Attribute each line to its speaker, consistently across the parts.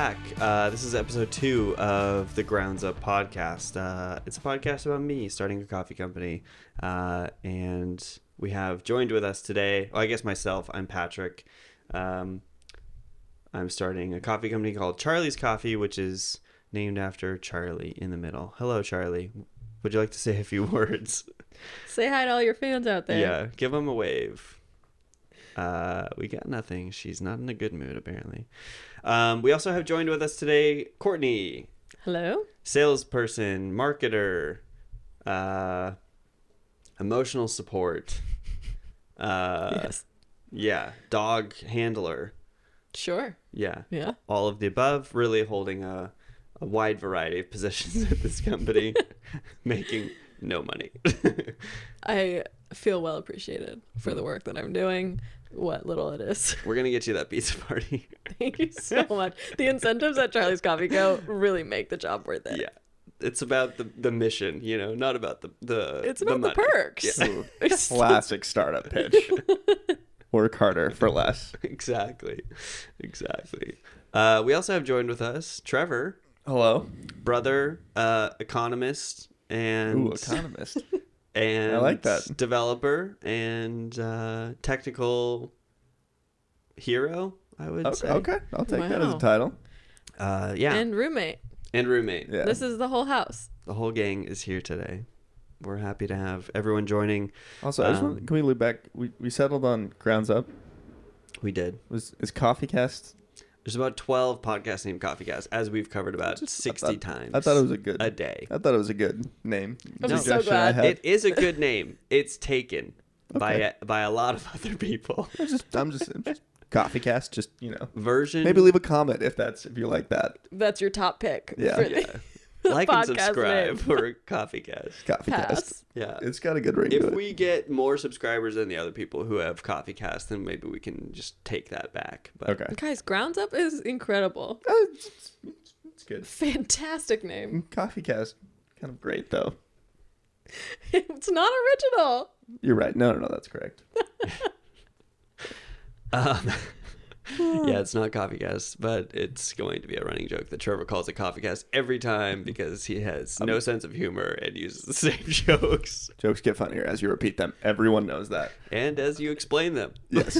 Speaker 1: Uh, this is episode two of the Grounds Up podcast. Uh, it's a podcast about me starting a coffee company. Uh, and we have joined with us today, well, I guess myself, I'm Patrick. Um, I'm starting a coffee company called Charlie's Coffee, which is named after Charlie in the middle. Hello, Charlie. Would you like to say a few words?
Speaker 2: Say hi to all your fans out there.
Speaker 1: Yeah, give him a wave. Uh, we got nothing. She's not in a good mood, apparently. Um, we also have joined with us today Courtney,
Speaker 2: Hello.
Speaker 1: salesperson, marketer, uh, emotional support. Uh,
Speaker 2: yes.
Speaker 1: Yeah, dog handler.
Speaker 2: Sure.
Speaker 1: Yeah,
Speaker 2: Yeah.
Speaker 1: all of the above, really holding a, a wide variety of positions at this company, making no money.
Speaker 2: I feel well appreciated for the work that I'm doing, what little it is.
Speaker 1: We're going to get you that pizza party.
Speaker 2: Thank you so much. The incentives at Charlie's Coffee Co. really make the job worth it.
Speaker 1: yeah it's about the the mission you know not about the the
Speaker 2: It's about the,
Speaker 1: money.
Speaker 2: perks.
Speaker 1: Yeah,
Speaker 2: It's-
Speaker 3: Classic startup pitch. Work harder for less.
Speaker 1: exactly exactly uh we also have joined with us trevor
Speaker 3: Hello.
Speaker 1: brother uh economist and
Speaker 3: Ooh, economist.
Speaker 1: and
Speaker 3: I like that.
Speaker 1: developer and uh technical hero i would
Speaker 3: Okay,
Speaker 1: say
Speaker 3: okay, I'll take that as
Speaker 2: Wow.
Speaker 3: a title.
Speaker 1: uh yeah and,
Speaker 2: And roommate.
Speaker 1: roommate
Speaker 3: Yeah.
Speaker 2: This is the whole house.
Speaker 1: the whole gang is here today we're happy to have everyone joining
Speaker 3: also, I just
Speaker 1: um,
Speaker 3: want, can we loop back? We, we settled on grounds up.
Speaker 1: we did
Speaker 3: Was is coffee cast?
Speaker 1: There's about 12 podcasts named Coffee Cast, as we've covered about 60
Speaker 3: I thought-
Speaker 1: times.
Speaker 3: I thought it was a good.
Speaker 1: a day.
Speaker 3: I thought it was a good name.
Speaker 2: I'm
Speaker 1: so
Speaker 3: I
Speaker 2: glad.
Speaker 3: had.
Speaker 1: It is a good name. It's taken by
Speaker 3: Okay.
Speaker 1: by a lot of other people.
Speaker 3: I'm just, I'm just, I'm just coffee cast. Just you know,
Speaker 1: Version
Speaker 3: maybe leave a comment if that's if you like that
Speaker 2: That's your top pick
Speaker 3: Yeah.
Speaker 2: for
Speaker 1: Yeah.
Speaker 2: the
Speaker 1: like and
Speaker 2: podcast
Speaker 1: subscribe
Speaker 2: name.
Speaker 1: for Coffee Cast.
Speaker 3: coffee cast.
Speaker 2: pass.
Speaker 1: Yeah.
Speaker 3: It's got a good ring. to
Speaker 1: If
Speaker 3: it.
Speaker 1: we get more subscribers than the other people who have Coffee Cast, then maybe we can just take that back. But
Speaker 3: okay,
Speaker 2: Guys, Grounds Up is incredible.
Speaker 3: Uh, it's, it's- it's good.
Speaker 2: Fantastic name.
Speaker 3: Coffee cast, kind of great though.
Speaker 2: It's not original.
Speaker 3: You're right. No, no, no, that's correct.
Speaker 1: Um, yeah, it's not Coffee Cast, but it's going to be a running joke that Trevor calls it Coffee Cast every time because he has no sense of humor and uses the same jokes.
Speaker 3: Jokes get funnier as you repeat them. Everyone knows that.
Speaker 1: And as you explain them,
Speaker 3: Yes.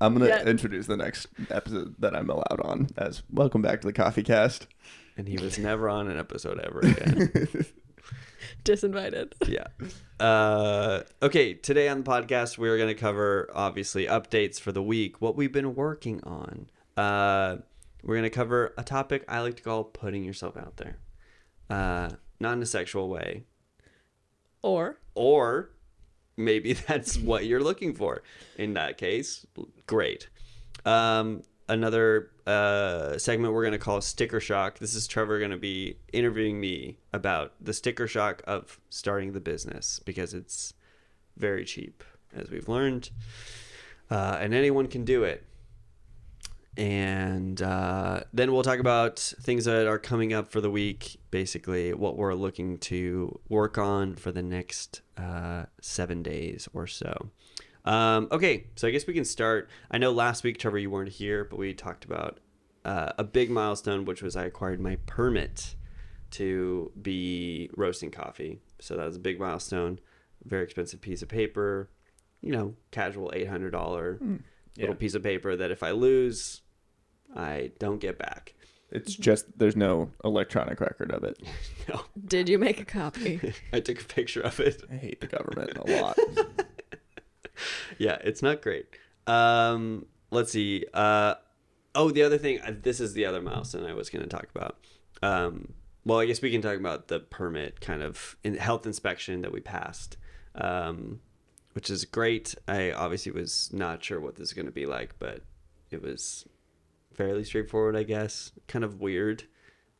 Speaker 3: I'm going to
Speaker 2: Yeah.
Speaker 3: introduce the next episode that I'm allowed on as welcome back to the coffee cast.
Speaker 1: and he was never on an episode ever again.
Speaker 2: Disinvited.
Speaker 1: yeah. Uh, okay, today on the podcast, we're going to cover obviously updates for the week, what we've been working on. Uh, we're going to cover a topic I like to call putting yourself out there, uh, not in a sexual way,
Speaker 2: Or
Speaker 1: or maybe that's what you're looking for. In that case, great. Um, another uh, segment we're going to call Sticker Shock. This is Trevor going to be interviewing me about the sticker shock of starting the business because it's very cheap, as we've learned, uh, and anyone can do it. And uh, then we'll talk about things that are coming up for the week, basically, what we're looking to work on for the next uh, seven days or so. Um, okay, so I guess we can start. I know last week, Trevor, you weren't here, but we talked about uh, a big milestone, which was I acquired my permit to be roasting coffee. So that was a big milestone, very expensive piece of paper, you know, casual $800 little
Speaker 3: yeah.
Speaker 1: piece of paper that if I lose, I don't get back.
Speaker 3: It's just there's no electronic record of it.
Speaker 1: No,
Speaker 2: did you make a copy?
Speaker 1: I took a picture of it.
Speaker 3: I hate the government a lot.
Speaker 1: Yeah, it's not great. Um, let's see. Uh, oh, the other thing. uh, This is the other milestone I was going to talk about. Um, well, I guess we can talk about the permit kind of in health inspection that we passed, um, which is great. I obviously was not sure what this is going to be like, but it was fairly straightforward, I guess. Kind of weird.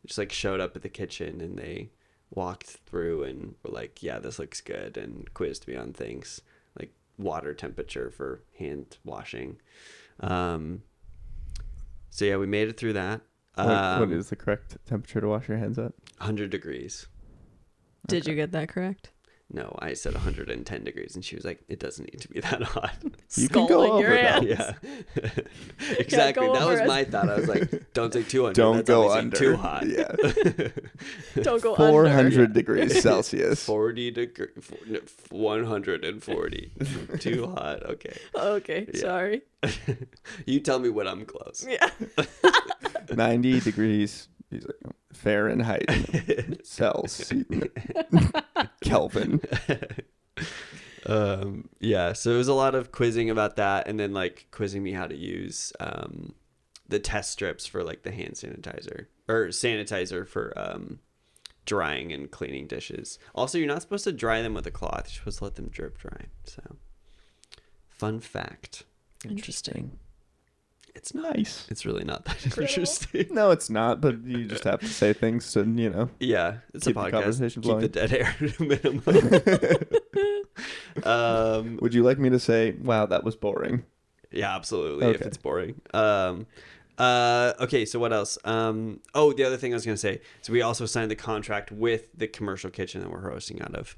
Speaker 1: Just like showed up at the kitchen and they walked through and were like, "Yeah, this looks good," and quizzed me on things like water temperature for hand washing. Um, so yeah, we made it through that.
Speaker 3: What- what
Speaker 1: Um,
Speaker 3: is the correct temperature to wash your hands at?
Speaker 1: 100 degrees.
Speaker 2: Did you get that correct?
Speaker 1: no, I said 110 degrees. And she was like, it doesn't need to be that hot.
Speaker 3: You can go
Speaker 2: Scalding your
Speaker 3: over that.
Speaker 2: hands.
Speaker 1: yeah. exactly. that
Speaker 2: over
Speaker 1: was
Speaker 2: it.
Speaker 1: my thought. I was like, don't take 200.
Speaker 3: Don't
Speaker 1: That's
Speaker 3: go
Speaker 1: obviously
Speaker 3: under.
Speaker 1: Too hot.
Speaker 3: Yeah.
Speaker 2: Don't go under.
Speaker 3: 400 degrees Celsius.
Speaker 1: 40 degree, 140. too hot. Okay.
Speaker 2: Okay,
Speaker 1: Yeah.
Speaker 2: sorry.
Speaker 1: you tell me when I'm close.
Speaker 2: Yeah.
Speaker 3: 90 degrees he's like, Fahrenheit. Celsius. Kelvin.
Speaker 1: um, yeah, so it was a lot of quizzing about that, and then like quizzing me how to use um, the test strips for like the hand sanitizer or sanitizer for um, drying and cleaning dishes. Also, you're not supposed to dry them with a cloth; you're supposed to let them drip dry. So, fun fact:
Speaker 2: Interesting.
Speaker 1: it's not.
Speaker 3: Nice.
Speaker 1: It's really not that
Speaker 2: Incredible.
Speaker 1: interesting.
Speaker 3: No, it's not, but you just have to say things to, you know.
Speaker 1: Yeah, it's
Speaker 3: Keep
Speaker 1: a
Speaker 3: the
Speaker 1: podcast.
Speaker 3: conversation
Speaker 1: Keep the
Speaker 3: flowing.
Speaker 1: dead air at a minimum. um,
Speaker 3: Would you like me to say, wow, that was boring?
Speaker 1: Yeah, absolutely. If
Speaker 3: Okay.
Speaker 1: it's boring. Um, uh, okay, so what else? Um, oh, the other thing I was gonna say. So we also signed the contract with the commercial kitchen that we're hosting out of.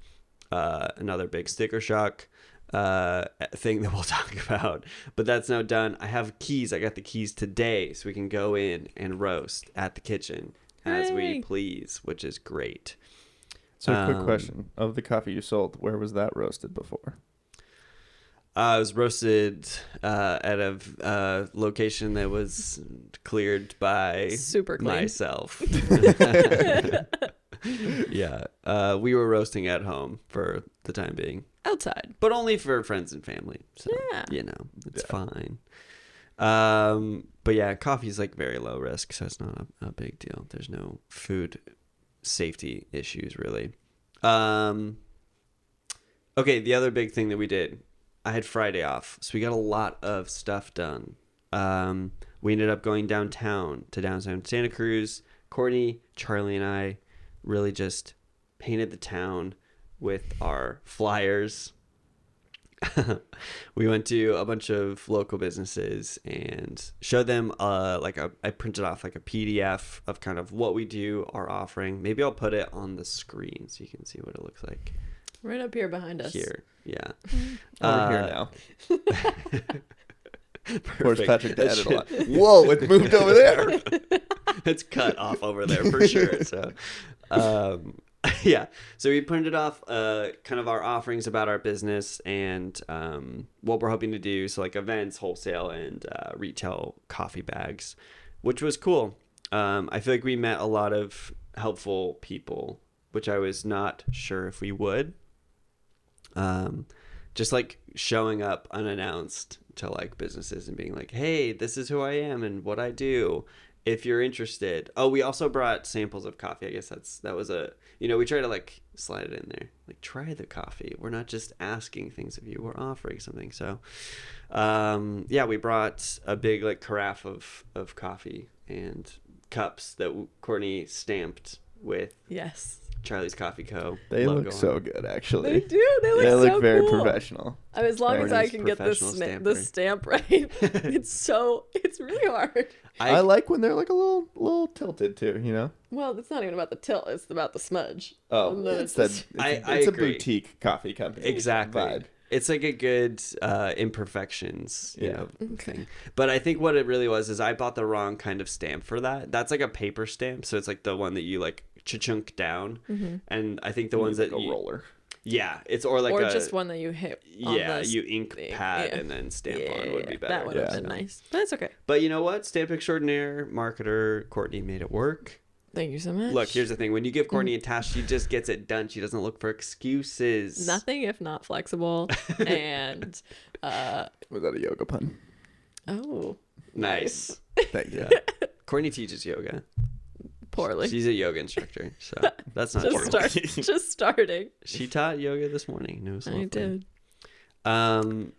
Speaker 1: Uh, another big sticker shock uh thing that we'll talk about but that's now done i have keys i got the keys today so we can go in and roast at the kitchen as we
Speaker 2: Hooray.
Speaker 1: please which is great
Speaker 3: So, quick
Speaker 1: Um,
Speaker 3: question. Of the coffee you sold, where was that roasted before?
Speaker 1: Uh, I was roasted uh, at a uh, location that was cleared by
Speaker 2: Super clean.
Speaker 1: myself. yeah, uh, we were roasting at home for the time being,
Speaker 2: Outside.
Speaker 1: but only for friends and family. So
Speaker 2: Yeah.
Speaker 1: you know, it's fine. Um, but yeah, coffee's like very low risk, so it's not a, a big deal. There's no food safety issues really. Um, okay, the other big thing that we did, I had Friday off, so we got a lot of stuff done. Um, we ended up going downtown to downtown Santa Cruz. Courtney, Charlie, and I really just painted the town with our flyers. we went to a bunch of local businesses and showed them uh like a I printed off like a PDF of kind of what we do, our offering. Maybe I'll put it on the screen so you can see what it looks like
Speaker 2: Right up here behind us.
Speaker 1: here. Yeah.
Speaker 3: Over here
Speaker 1: Uh,
Speaker 3: now.
Speaker 1: Perfect.
Speaker 3: Of course, Patrick
Speaker 1: That
Speaker 3: to edit a
Speaker 1: should-
Speaker 3: lot. Whoa, it moved over there.
Speaker 1: it's cut off over there for sure. So, um, yeah. So we printed off uh, kind of our offerings about our business and um, what we're hoping to do. So like events, wholesale, and uh, retail coffee bags, which was cool. Um, I feel like we met a lot of helpful people, which I was not sure if we would. Um, just like showing up unannounced to like businesses and being like, "Hey, this is who I am and what I do. If you're interested." Oh, we also brought samples of coffee. I guess that's that was a you know we try to like slide it in there, like try the coffee. We're not just asking things of you; we're offering something. So, um, yeah, we brought a big like carafe of of coffee and cups that Courtney stamped with
Speaker 2: Yes.
Speaker 1: Charlie's Coffee Co.
Speaker 3: They
Speaker 1: logo
Speaker 3: look
Speaker 1: on
Speaker 3: so good,
Speaker 2: They
Speaker 3: actually.
Speaker 2: do. They look
Speaker 3: They
Speaker 2: so
Speaker 3: look very
Speaker 2: cool.
Speaker 3: professional.
Speaker 2: I mean, as long as I
Speaker 1: Everything's
Speaker 2: can get this
Speaker 1: professional
Speaker 2: sna-
Speaker 1: stampery.
Speaker 2: the stamp right, it's so it's really hard.
Speaker 3: I, like when they're like a little, little tilted too. You know.
Speaker 2: Well, it's not even about the tilt; it's about the smudge.
Speaker 3: Oh,
Speaker 2: And then
Speaker 3: it's,
Speaker 2: it's
Speaker 3: the
Speaker 2: just-
Speaker 3: it's,
Speaker 1: I- I
Speaker 3: it's a
Speaker 1: agree.
Speaker 3: boutique coffee company.
Speaker 1: exactly
Speaker 3: vibe.
Speaker 1: it's like a good uh imperfections you
Speaker 3: Yeah.
Speaker 1: know
Speaker 2: Okay.
Speaker 1: thing but i think what it really was is i bought the wrong kind of stamp for that that's like a paper stamp so it's like the one that you like chunk down
Speaker 2: Mm-hmm.
Speaker 1: and i think the ones that
Speaker 3: Like a
Speaker 1: you,
Speaker 3: roller.
Speaker 1: yeah it's or like
Speaker 2: or
Speaker 1: a,
Speaker 2: just one that you hit. on
Speaker 1: yeah
Speaker 2: the
Speaker 1: you ink
Speaker 2: thing,
Speaker 1: pad
Speaker 2: yeah.
Speaker 1: and then stamp
Speaker 2: yeah,
Speaker 1: on would be better
Speaker 2: That would have
Speaker 3: Yeah.
Speaker 2: been nice. But it's okay.
Speaker 1: but you know what stamp extraordinaire marketer courtney made it work
Speaker 2: Thank you so much.
Speaker 1: look here's the thing when you give courtney
Speaker 2: Mm-hmm.
Speaker 1: a task she just gets it done she doesn't look for excuses
Speaker 2: nothing if not flexible and uh
Speaker 3: Was that a yoga pun?
Speaker 2: oh
Speaker 1: nice
Speaker 3: Thank you.
Speaker 1: courtney teaches yoga
Speaker 2: poorly.
Speaker 1: She's a yoga instructor, so that's not
Speaker 2: just
Speaker 1: true.
Speaker 2: start just starting.
Speaker 1: She taught yoga this morning. and It was
Speaker 2: I
Speaker 1: lovely.
Speaker 2: did.
Speaker 1: Um,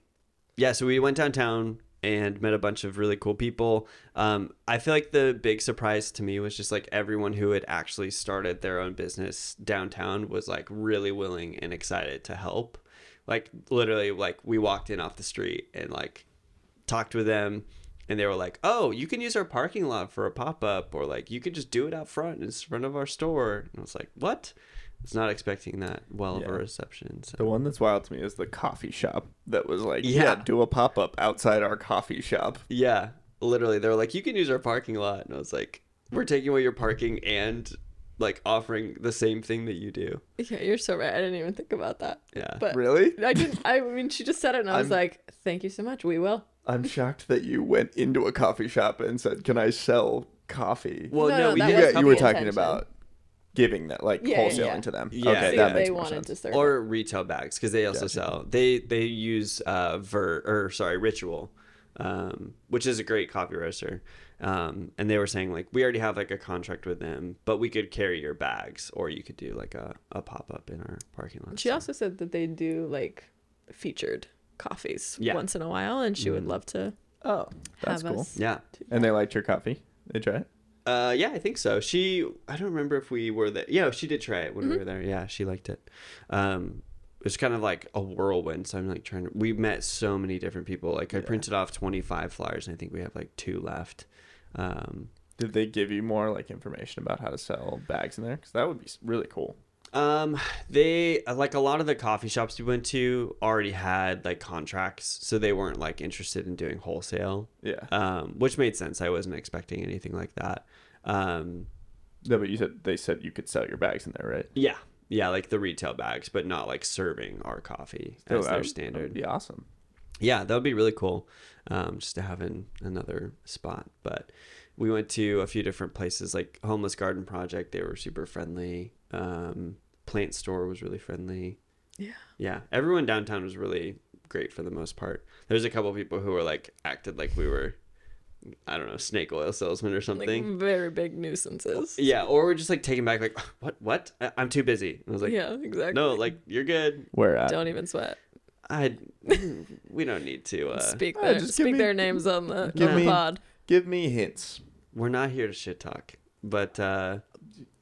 Speaker 1: yeah, so we went downtown and met a bunch of really cool people. Um, I feel like the big surprise to me was just like everyone who had actually started their own business downtown was like really willing and excited to help. Like literally, like we walked in off the street and like talked with them and they were like oh you can use our parking lot for a pop-up or like you could just do it out front in front of our store and i was like what It's not expecting that well of
Speaker 3: Yeah.
Speaker 1: a reception. So.
Speaker 3: The one that's wild to me is the coffee shop that was like,
Speaker 1: Yeah.
Speaker 3: yeah, do a pop up outside our coffee shop.
Speaker 1: Yeah, literally, they were like, "You can use our parking lot," and I was like, "We're taking away your parking and like offering the same thing that you do."
Speaker 2: Yeah, you're so right. I didn't even think about that.
Speaker 1: Yeah.
Speaker 2: But
Speaker 3: Really?
Speaker 2: I didn't. I mean, she just said it, and I was
Speaker 3: I'm-
Speaker 2: like, "Thank you so much. We will."
Speaker 3: I'm shocked that you went into a coffee shop and said, "Can I sell coffee?"
Speaker 1: Well,
Speaker 2: No,
Speaker 1: no,
Speaker 2: no,
Speaker 1: we
Speaker 2: that
Speaker 1: did a
Speaker 2: was
Speaker 3: yeah, you
Speaker 1: couple-
Speaker 3: were
Speaker 2: the
Speaker 3: talking
Speaker 2: intention.
Speaker 3: about giving that, like
Speaker 2: Yeah, yeah,
Speaker 3: wholesaling
Speaker 2: yeah.
Speaker 3: to them.
Speaker 1: Yeah,
Speaker 3: okay,
Speaker 1: yeah.
Speaker 3: that
Speaker 2: they
Speaker 3: makes more
Speaker 2: wanted
Speaker 3: sense.
Speaker 2: to serve. it.
Speaker 1: or retail bags because they also
Speaker 3: Gotcha.
Speaker 1: sell they they use uh ver or sorry ritual um which is a great coffee roaster um and they were saying like we already have like a contract with them but we could carry your bags or you could do like a, a pop-up in our parking lot
Speaker 2: She
Speaker 1: So-
Speaker 2: also said that they do like featured coffees
Speaker 1: Yeah.
Speaker 2: once in a while, and she would love to
Speaker 3: Oh, Mm. that's
Speaker 2: have
Speaker 3: cool.
Speaker 2: us.
Speaker 1: yeah
Speaker 3: And they liked your coffee. They try it.
Speaker 1: uh yeah i think so she i don't remember if we were there yeah she did try it when we were there yeah she liked it um it was kind of like a whirlwind so i'm like trying to we met so many different people like i
Speaker 3: Yeah.
Speaker 1: printed off 25 flyers and i think we have like two left um
Speaker 3: Did they give you more like information about how to sell bags in there? Because that would be s- really cool.
Speaker 1: Um, they like a lot of the coffee shops we went to already had like contracts, so they weren't like interested in doing wholesale.
Speaker 3: Yeah.
Speaker 1: Um, which made sense. I wasn't expecting anything like that. Um,
Speaker 3: no, but you said they said you could sell your bags in there, right?
Speaker 1: yeah, yeah, like the retail bags, but not like serving our coffee
Speaker 3: So
Speaker 2: Oh,
Speaker 1: as
Speaker 3: Oh, that
Speaker 1: their
Speaker 3: would- That
Speaker 1: standard.
Speaker 3: would be awesome.
Speaker 1: yeah, that would be really cool. Um, just to have in another spot. But we went to a few different places, like Homeless Garden Project. They were super friendly. Um, Plant Store was really friendly.
Speaker 2: Yeah.
Speaker 1: Yeah, everyone downtown was really great for the most part. There's a couple people who were like acted like we were, I don't know, snake oil salesmen or
Speaker 2: like mm.
Speaker 1: something.
Speaker 2: very big nuisances.
Speaker 1: yeah, or we're just like taken back, like what? What? I- I'm too busy. And I was like,
Speaker 2: yeah, exactly.
Speaker 1: no, like you're good.
Speaker 3: Where at?
Speaker 2: don't even sweat.
Speaker 1: I, we don't need to. Uh,
Speaker 2: speak
Speaker 3: uh,
Speaker 2: their
Speaker 3: just give
Speaker 2: speak
Speaker 3: me-
Speaker 2: their names on the,
Speaker 3: give
Speaker 2: on the
Speaker 3: me-
Speaker 2: pod.
Speaker 3: Give me hints.
Speaker 1: We're not here to shit talk, but uh,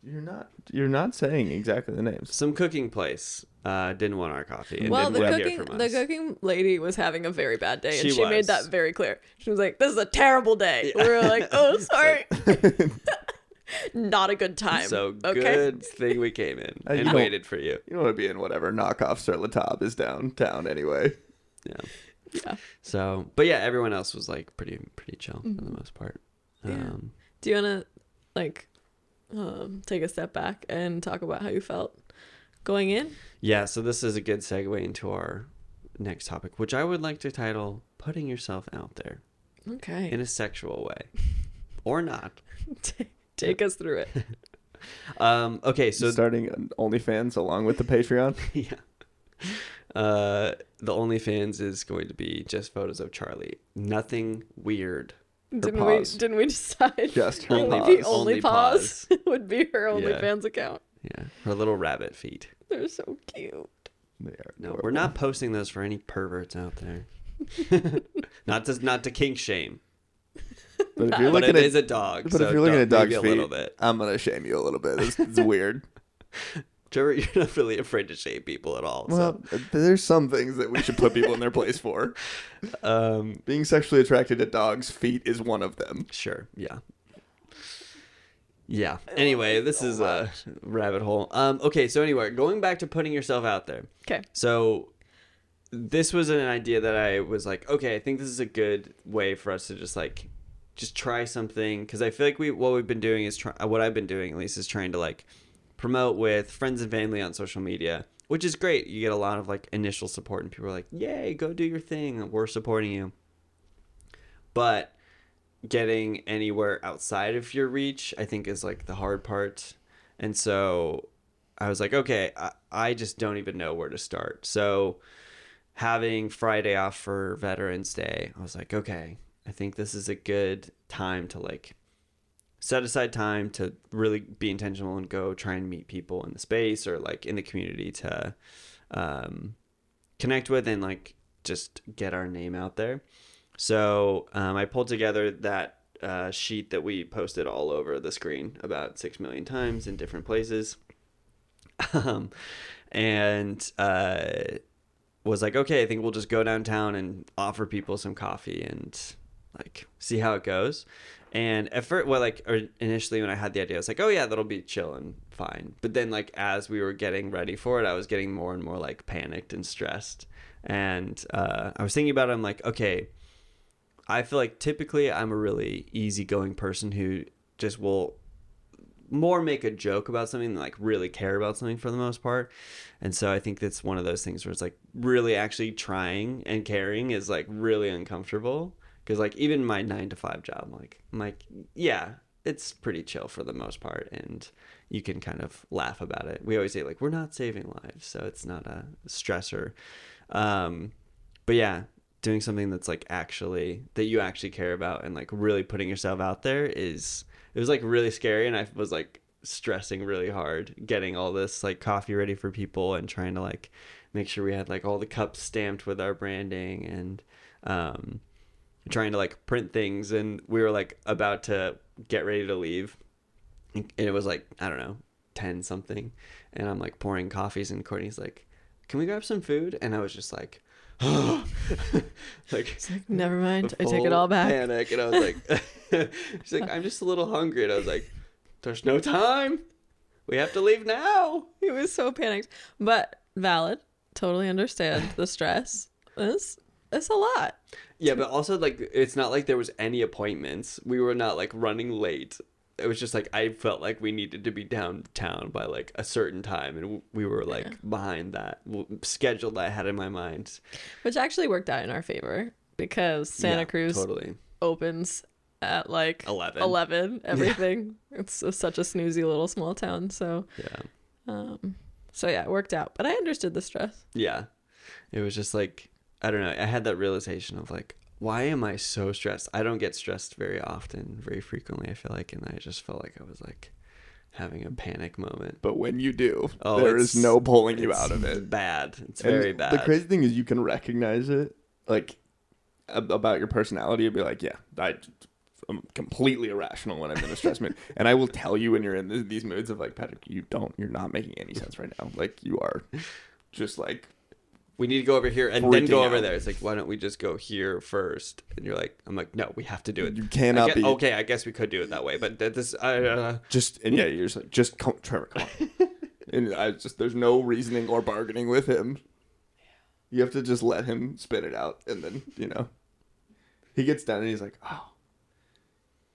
Speaker 3: You're not. You're not saying exactly the names.
Speaker 1: some cooking place uh, didn't want our coffee. and
Speaker 2: Well,
Speaker 1: didn't
Speaker 2: the
Speaker 1: wanna hear
Speaker 2: cooking
Speaker 1: from
Speaker 2: the
Speaker 1: us.
Speaker 2: cooking lady was having a very bad day, and
Speaker 1: She
Speaker 2: she, made
Speaker 1: was.
Speaker 2: that very clear. She was like, "This is a terrible day." We were like, "Oh, sorry, not a good time."
Speaker 1: So
Speaker 2: okay,
Speaker 1: good thing we came in
Speaker 3: Uh, you
Speaker 1: and
Speaker 3: don't-
Speaker 1: waited for you.
Speaker 3: You don't want to be in whatever knockoff Sur La Table is downtown anyway.
Speaker 1: Yeah.
Speaker 2: Yeah.
Speaker 1: So, but yeah, everyone else was like pretty pretty chill for the most part.
Speaker 2: Mm-hmm. Yeah.
Speaker 1: Um,
Speaker 2: Do you want to like um, take a step back and talk about how you felt going in?
Speaker 1: yeah. So this is a good segue into our next topic, which I would like to title "Putting Yourself Out There
Speaker 2: Okay,
Speaker 1: in a Sexual Way." Or not.
Speaker 2: Ta- take us through it.
Speaker 1: Um, okay,
Speaker 3: So
Speaker 1: so
Speaker 3: starting an OnlyFans along with the Patreon.
Speaker 1: yeah. Uh, the OnlyFans is going to be just photos of Charlie. Nothing weird.
Speaker 2: didn't
Speaker 3: pause.
Speaker 2: we? Didn't we decide?
Speaker 3: Just her
Speaker 2: only
Speaker 3: pause.
Speaker 2: the only,
Speaker 1: Only
Speaker 2: pause, would be her
Speaker 1: Yeah.
Speaker 2: OnlyFans account.
Speaker 1: Yeah, her little rabbit feet.
Speaker 2: They're so cute.
Speaker 3: They are
Speaker 1: No,
Speaker 3: adorable.
Speaker 1: we're not posting those for any perverts out there. not to not to kink shame,
Speaker 3: But if you're
Speaker 1: but
Speaker 3: looking
Speaker 1: it
Speaker 3: at,
Speaker 1: is a dog.
Speaker 3: but
Speaker 1: so
Speaker 3: if you're looking at
Speaker 1: don't- maybe
Speaker 3: dog's
Speaker 1: a little
Speaker 3: feet,
Speaker 1: bit,
Speaker 3: I'm gonna shame you a little bit. It's, it's weird.
Speaker 1: Trevor, you're not really afraid to shame people at all.
Speaker 3: Well, uh, there's some things that we should put people in their place for.
Speaker 1: so, um,
Speaker 3: Being sexually attracted to dogs' feet is one of them.
Speaker 1: sure, yeah, yeah.
Speaker 3: Oh
Speaker 1: Anyway, this is a rabbit hole. Um, okay, so anyway, going back to putting yourself out there.
Speaker 2: Okay.
Speaker 1: So this was an idea that I was like, okay, I think this is a good way for us to just like just try something because I feel like we what we've been doing is try, what I've been doing at least is trying to like promote with friends and family on social media, which is great. You get a lot of like initial support and people are like, "Yay, go do your thing. We're supporting you." But getting anywhere outside of your reach, I think, is like the hard part. And so I was like, okay, I, I just don't even know where to start. So having Friday off for Veterans Day, I was like, okay, I think this is a good time to like set aside time to really be intentional and go try and meet people in the space or like in the community to um, connect with and like just get our name out there. So um, I pulled together that uh, sheet that we posted all over the screen about six million times in different places, um, and uh, was like, okay, I think we'll just go downtown and offer people some coffee and like see how it goes. And at first, well, like or initially when I had the idea, I was like, oh yeah, that'll be chill and fine. But then like as we were getting ready for it, I was getting more and more like panicked and stressed. And uh, I was thinking about it. I'm like, okay, I feel like typically I'm a really easygoing person who just will more make a joke about something than like really care about something for the most part. And so I think that's one of those things where it's like really actually trying and caring is like really uncomfortable. Cause like even my nine to five job, I'm like I'm like, yeah, it's pretty chill for the most part and you can kind of laugh about it. We always say like we're not saving lives, so it's not a stressor. Um but yeah, doing something that's like actually that you actually care about and like really putting yourself out there is it was like really scary and i was like stressing really hard getting all this like coffee ready for people and trying to like make sure we had like all the cups stamped with our branding and um trying to like print things and we were like about to get ready to leave and it was like i don't know 10 something and i'm like pouring coffees and courtney's like can we grab some food and i was just like like
Speaker 2: Never mind. I
Speaker 1: the
Speaker 2: take it
Speaker 1: full
Speaker 2: all back.
Speaker 1: Panic, and I was like, she's like, I'm just a little hungry, and I was like, there's no time. We have to leave now.
Speaker 2: He was so panicked, but valid. Totally understand the stress. It's it's a lot.
Speaker 1: Yeah, but also like, it's not like there was any appointments. We were not like running late. It was just like I felt like we needed to be downtown by like a certain time, and we were like behind that w- schedule that I had in my mind.
Speaker 2: Which actually worked out in our favor because Santa
Speaker 1: Yeah,
Speaker 2: Cruz
Speaker 1: totally.
Speaker 2: opens at like
Speaker 1: 11.
Speaker 2: 11 everything. It's a- such a snoozy little small town, so
Speaker 1: Yeah.
Speaker 2: um so yeah, it worked out. But I understood the stress.
Speaker 1: Yeah. It was just like, I don't know. I had that realization of like, why am I so stressed? I don't get stressed very often, very frequently, I feel like. And I just felt like I was like having a panic moment.
Speaker 3: But when you do,
Speaker 1: Oh,
Speaker 3: there
Speaker 1: it's-
Speaker 3: is no pulling you
Speaker 1: it's
Speaker 3: out of it.
Speaker 1: Bad. It's
Speaker 3: And
Speaker 1: very bad.
Speaker 3: The crazy thing is, you can recognize it, like ab- about your personality, and be like, "Yeah, I, am completely irrational when I'm in a stress mood." And I will tell you when you're in th- these moods of like, Patrick, you don't, you're not making any sense right now. Like you are, just like
Speaker 1: we need to go over here and then go
Speaker 3: Freaking
Speaker 1: over
Speaker 3: out.
Speaker 1: there. It's like, why don't we just go here first? And you're like, I'm like, no, we have to do it.
Speaker 3: You
Speaker 1: I
Speaker 3: cannot
Speaker 1: get- oh,
Speaker 3: be-
Speaker 1: Okay, I guess we could do it that way, but that this, I, uh,
Speaker 3: just and yeah, you're just like, just come, Trevor, come on. and I just there's no reasoning or bargaining with him. You have to just let him spit it out, and then you know, he gets done, and he's like, "Oh,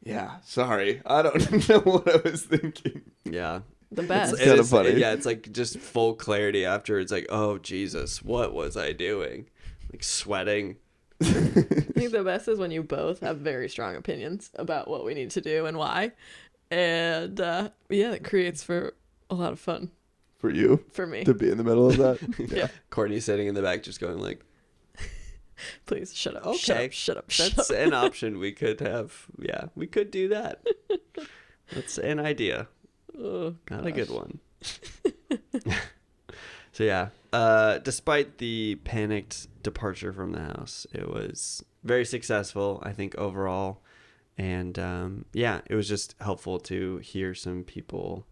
Speaker 3: yeah, sorry, I don't know what I was thinking."
Speaker 1: yeah.
Speaker 2: The best.
Speaker 1: It's,
Speaker 3: kinda
Speaker 1: it's-
Speaker 3: funny.
Speaker 1: Yeah, it's like just full clarity after. It's like, oh Jesus, what was I doing? Like sweating.
Speaker 2: I think the best is when you both have very strong opinions about what we need to do and why. And uh yeah, it creates for a lot of fun
Speaker 3: For you
Speaker 2: for me.
Speaker 3: to be in the middle of that,
Speaker 2: yeah.
Speaker 1: Courtney sitting in the back, just going like,
Speaker 2: Please shut up.
Speaker 1: okay,
Speaker 2: Shut up. Shut up. Shut
Speaker 1: that's
Speaker 2: up.
Speaker 1: an option we could have. Yeah, we could do that. That's an idea,
Speaker 2: Oh,
Speaker 1: not a
Speaker 2: gosh.
Speaker 1: good one. so yeah, uh, despite the panicked departure from the house, it was very successful. I think overall. And um, yeah, it was just helpful to hear some people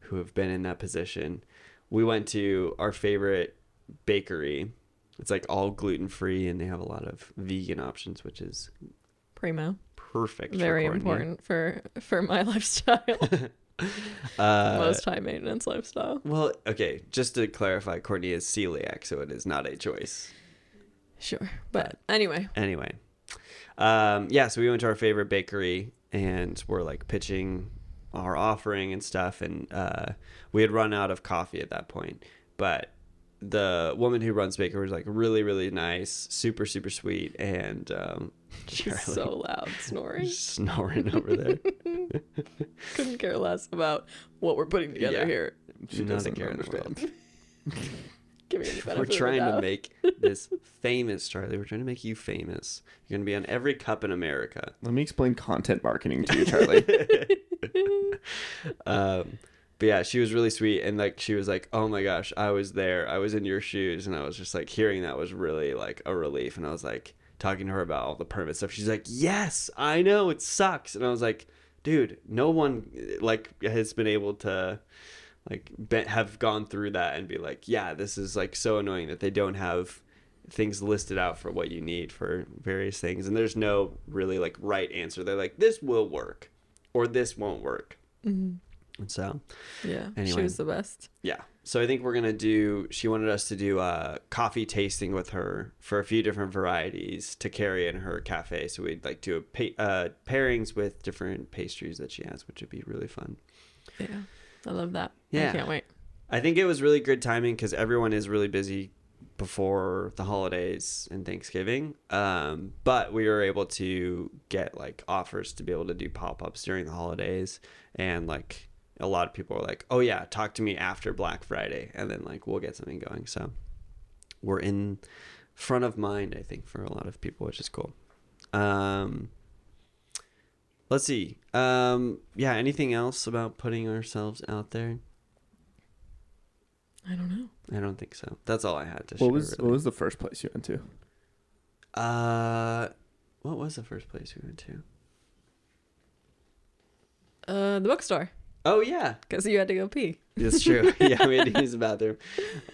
Speaker 1: who have been in that position. We went to our favorite bakery. It's like all gluten free, and they have a lot of vegan options, which is
Speaker 2: Primo.
Speaker 1: perfect. for
Speaker 2: Very
Speaker 1: Courtney.
Speaker 2: important for for my lifestyle.
Speaker 1: Uh,
Speaker 2: Most high maintenance lifestyle.
Speaker 1: well, okay. Just to clarify, Courtney is celiac, so it is not a choice.
Speaker 2: Sure. But anyway,
Speaker 1: Anyway, um, yeah. So we went to our favorite bakery, and we're like pitching our offering and stuff, and uh, we had run out of coffee at that point, but the woman who runs bakery was like really really nice super super sweet and um
Speaker 2: she's
Speaker 1: Charlie
Speaker 2: so loud snoring.
Speaker 1: snoring over there
Speaker 2: Couldn't care less about what we're putting together
Speaker 1: Yeah.
Speaker 2: here.
Speaker 3: she
Speaker 1: Not a
Speaker 3: doesn't
Speaker 1: care in the
Speaker 3: understand.
Speaker 2: Give me the benefit
Speaker 1: We're
Speaker 2: of the
Speaker 1: trying to
Speaker 2: doubt.
Speaker 1: make this famous, Charlie. We're trying to make you famous. You're gonna be on every cup in America.
Speaker 3: Let me explain content marketing to you, Charlie.
Speaker 1: Um, but yeah, she was really sweet, and like she was like, "Oh my gosh, I was there. I was in your shoes," and I was just like hearing that was really like a relief. And I was like talking to her about all the permit stuff. She's like, "Yes, I know it sucks," and I was like, "Dude, no one like has been able to." like be- have gone through that and be like yeah this is like so annoying that they don't have things listed out for what you need for various things and there's no really like right answer they're like this will work or this won't work and so
Speaker 2: Yeah. She
Speaker 1: Anyway.
Speaker 2: was the best.
Speaker 1: yeah so i think we're gonna do she wanted us to do a coffee tasting with her for a few different varieties to carry in her cafe so we'd like do a pa- uh, pairings with different pastries that she has which would be really fun
Speaker 2: Yeah. I love that.
Speaker 1: Yeah.
Speaker 2: I can't wait.
Speaker 1: I think it was really good timing because everyone is really busy before the holidays and Thanksgiving. Um, but we were able to get like offers to be able to do pop ups during the holidays, and like a lot of people were like, "Oh yeah, talk to me after Black Friday," and then like we'll get something going. So we're in front of mind, I think, for a lot of people, which is cool. Um, let's see. Um, yeah, anything else about putting ourselves out there?
Speaker 2: I don't know.
Speaker 1: I don't think so. That's all I had to share.
Speaker 3: What was
Speaker 1: really.
Speaker 3: what was the first place you went to?
Speaker 1: uh, what was the first place we went to?
Speaker 2: Uh, the bookstore.
Speaker 1: Oh yeah,
Speaker 2: Because you had to go pee.
Speaker 1: that's true. yeah, we had to use the bathroom,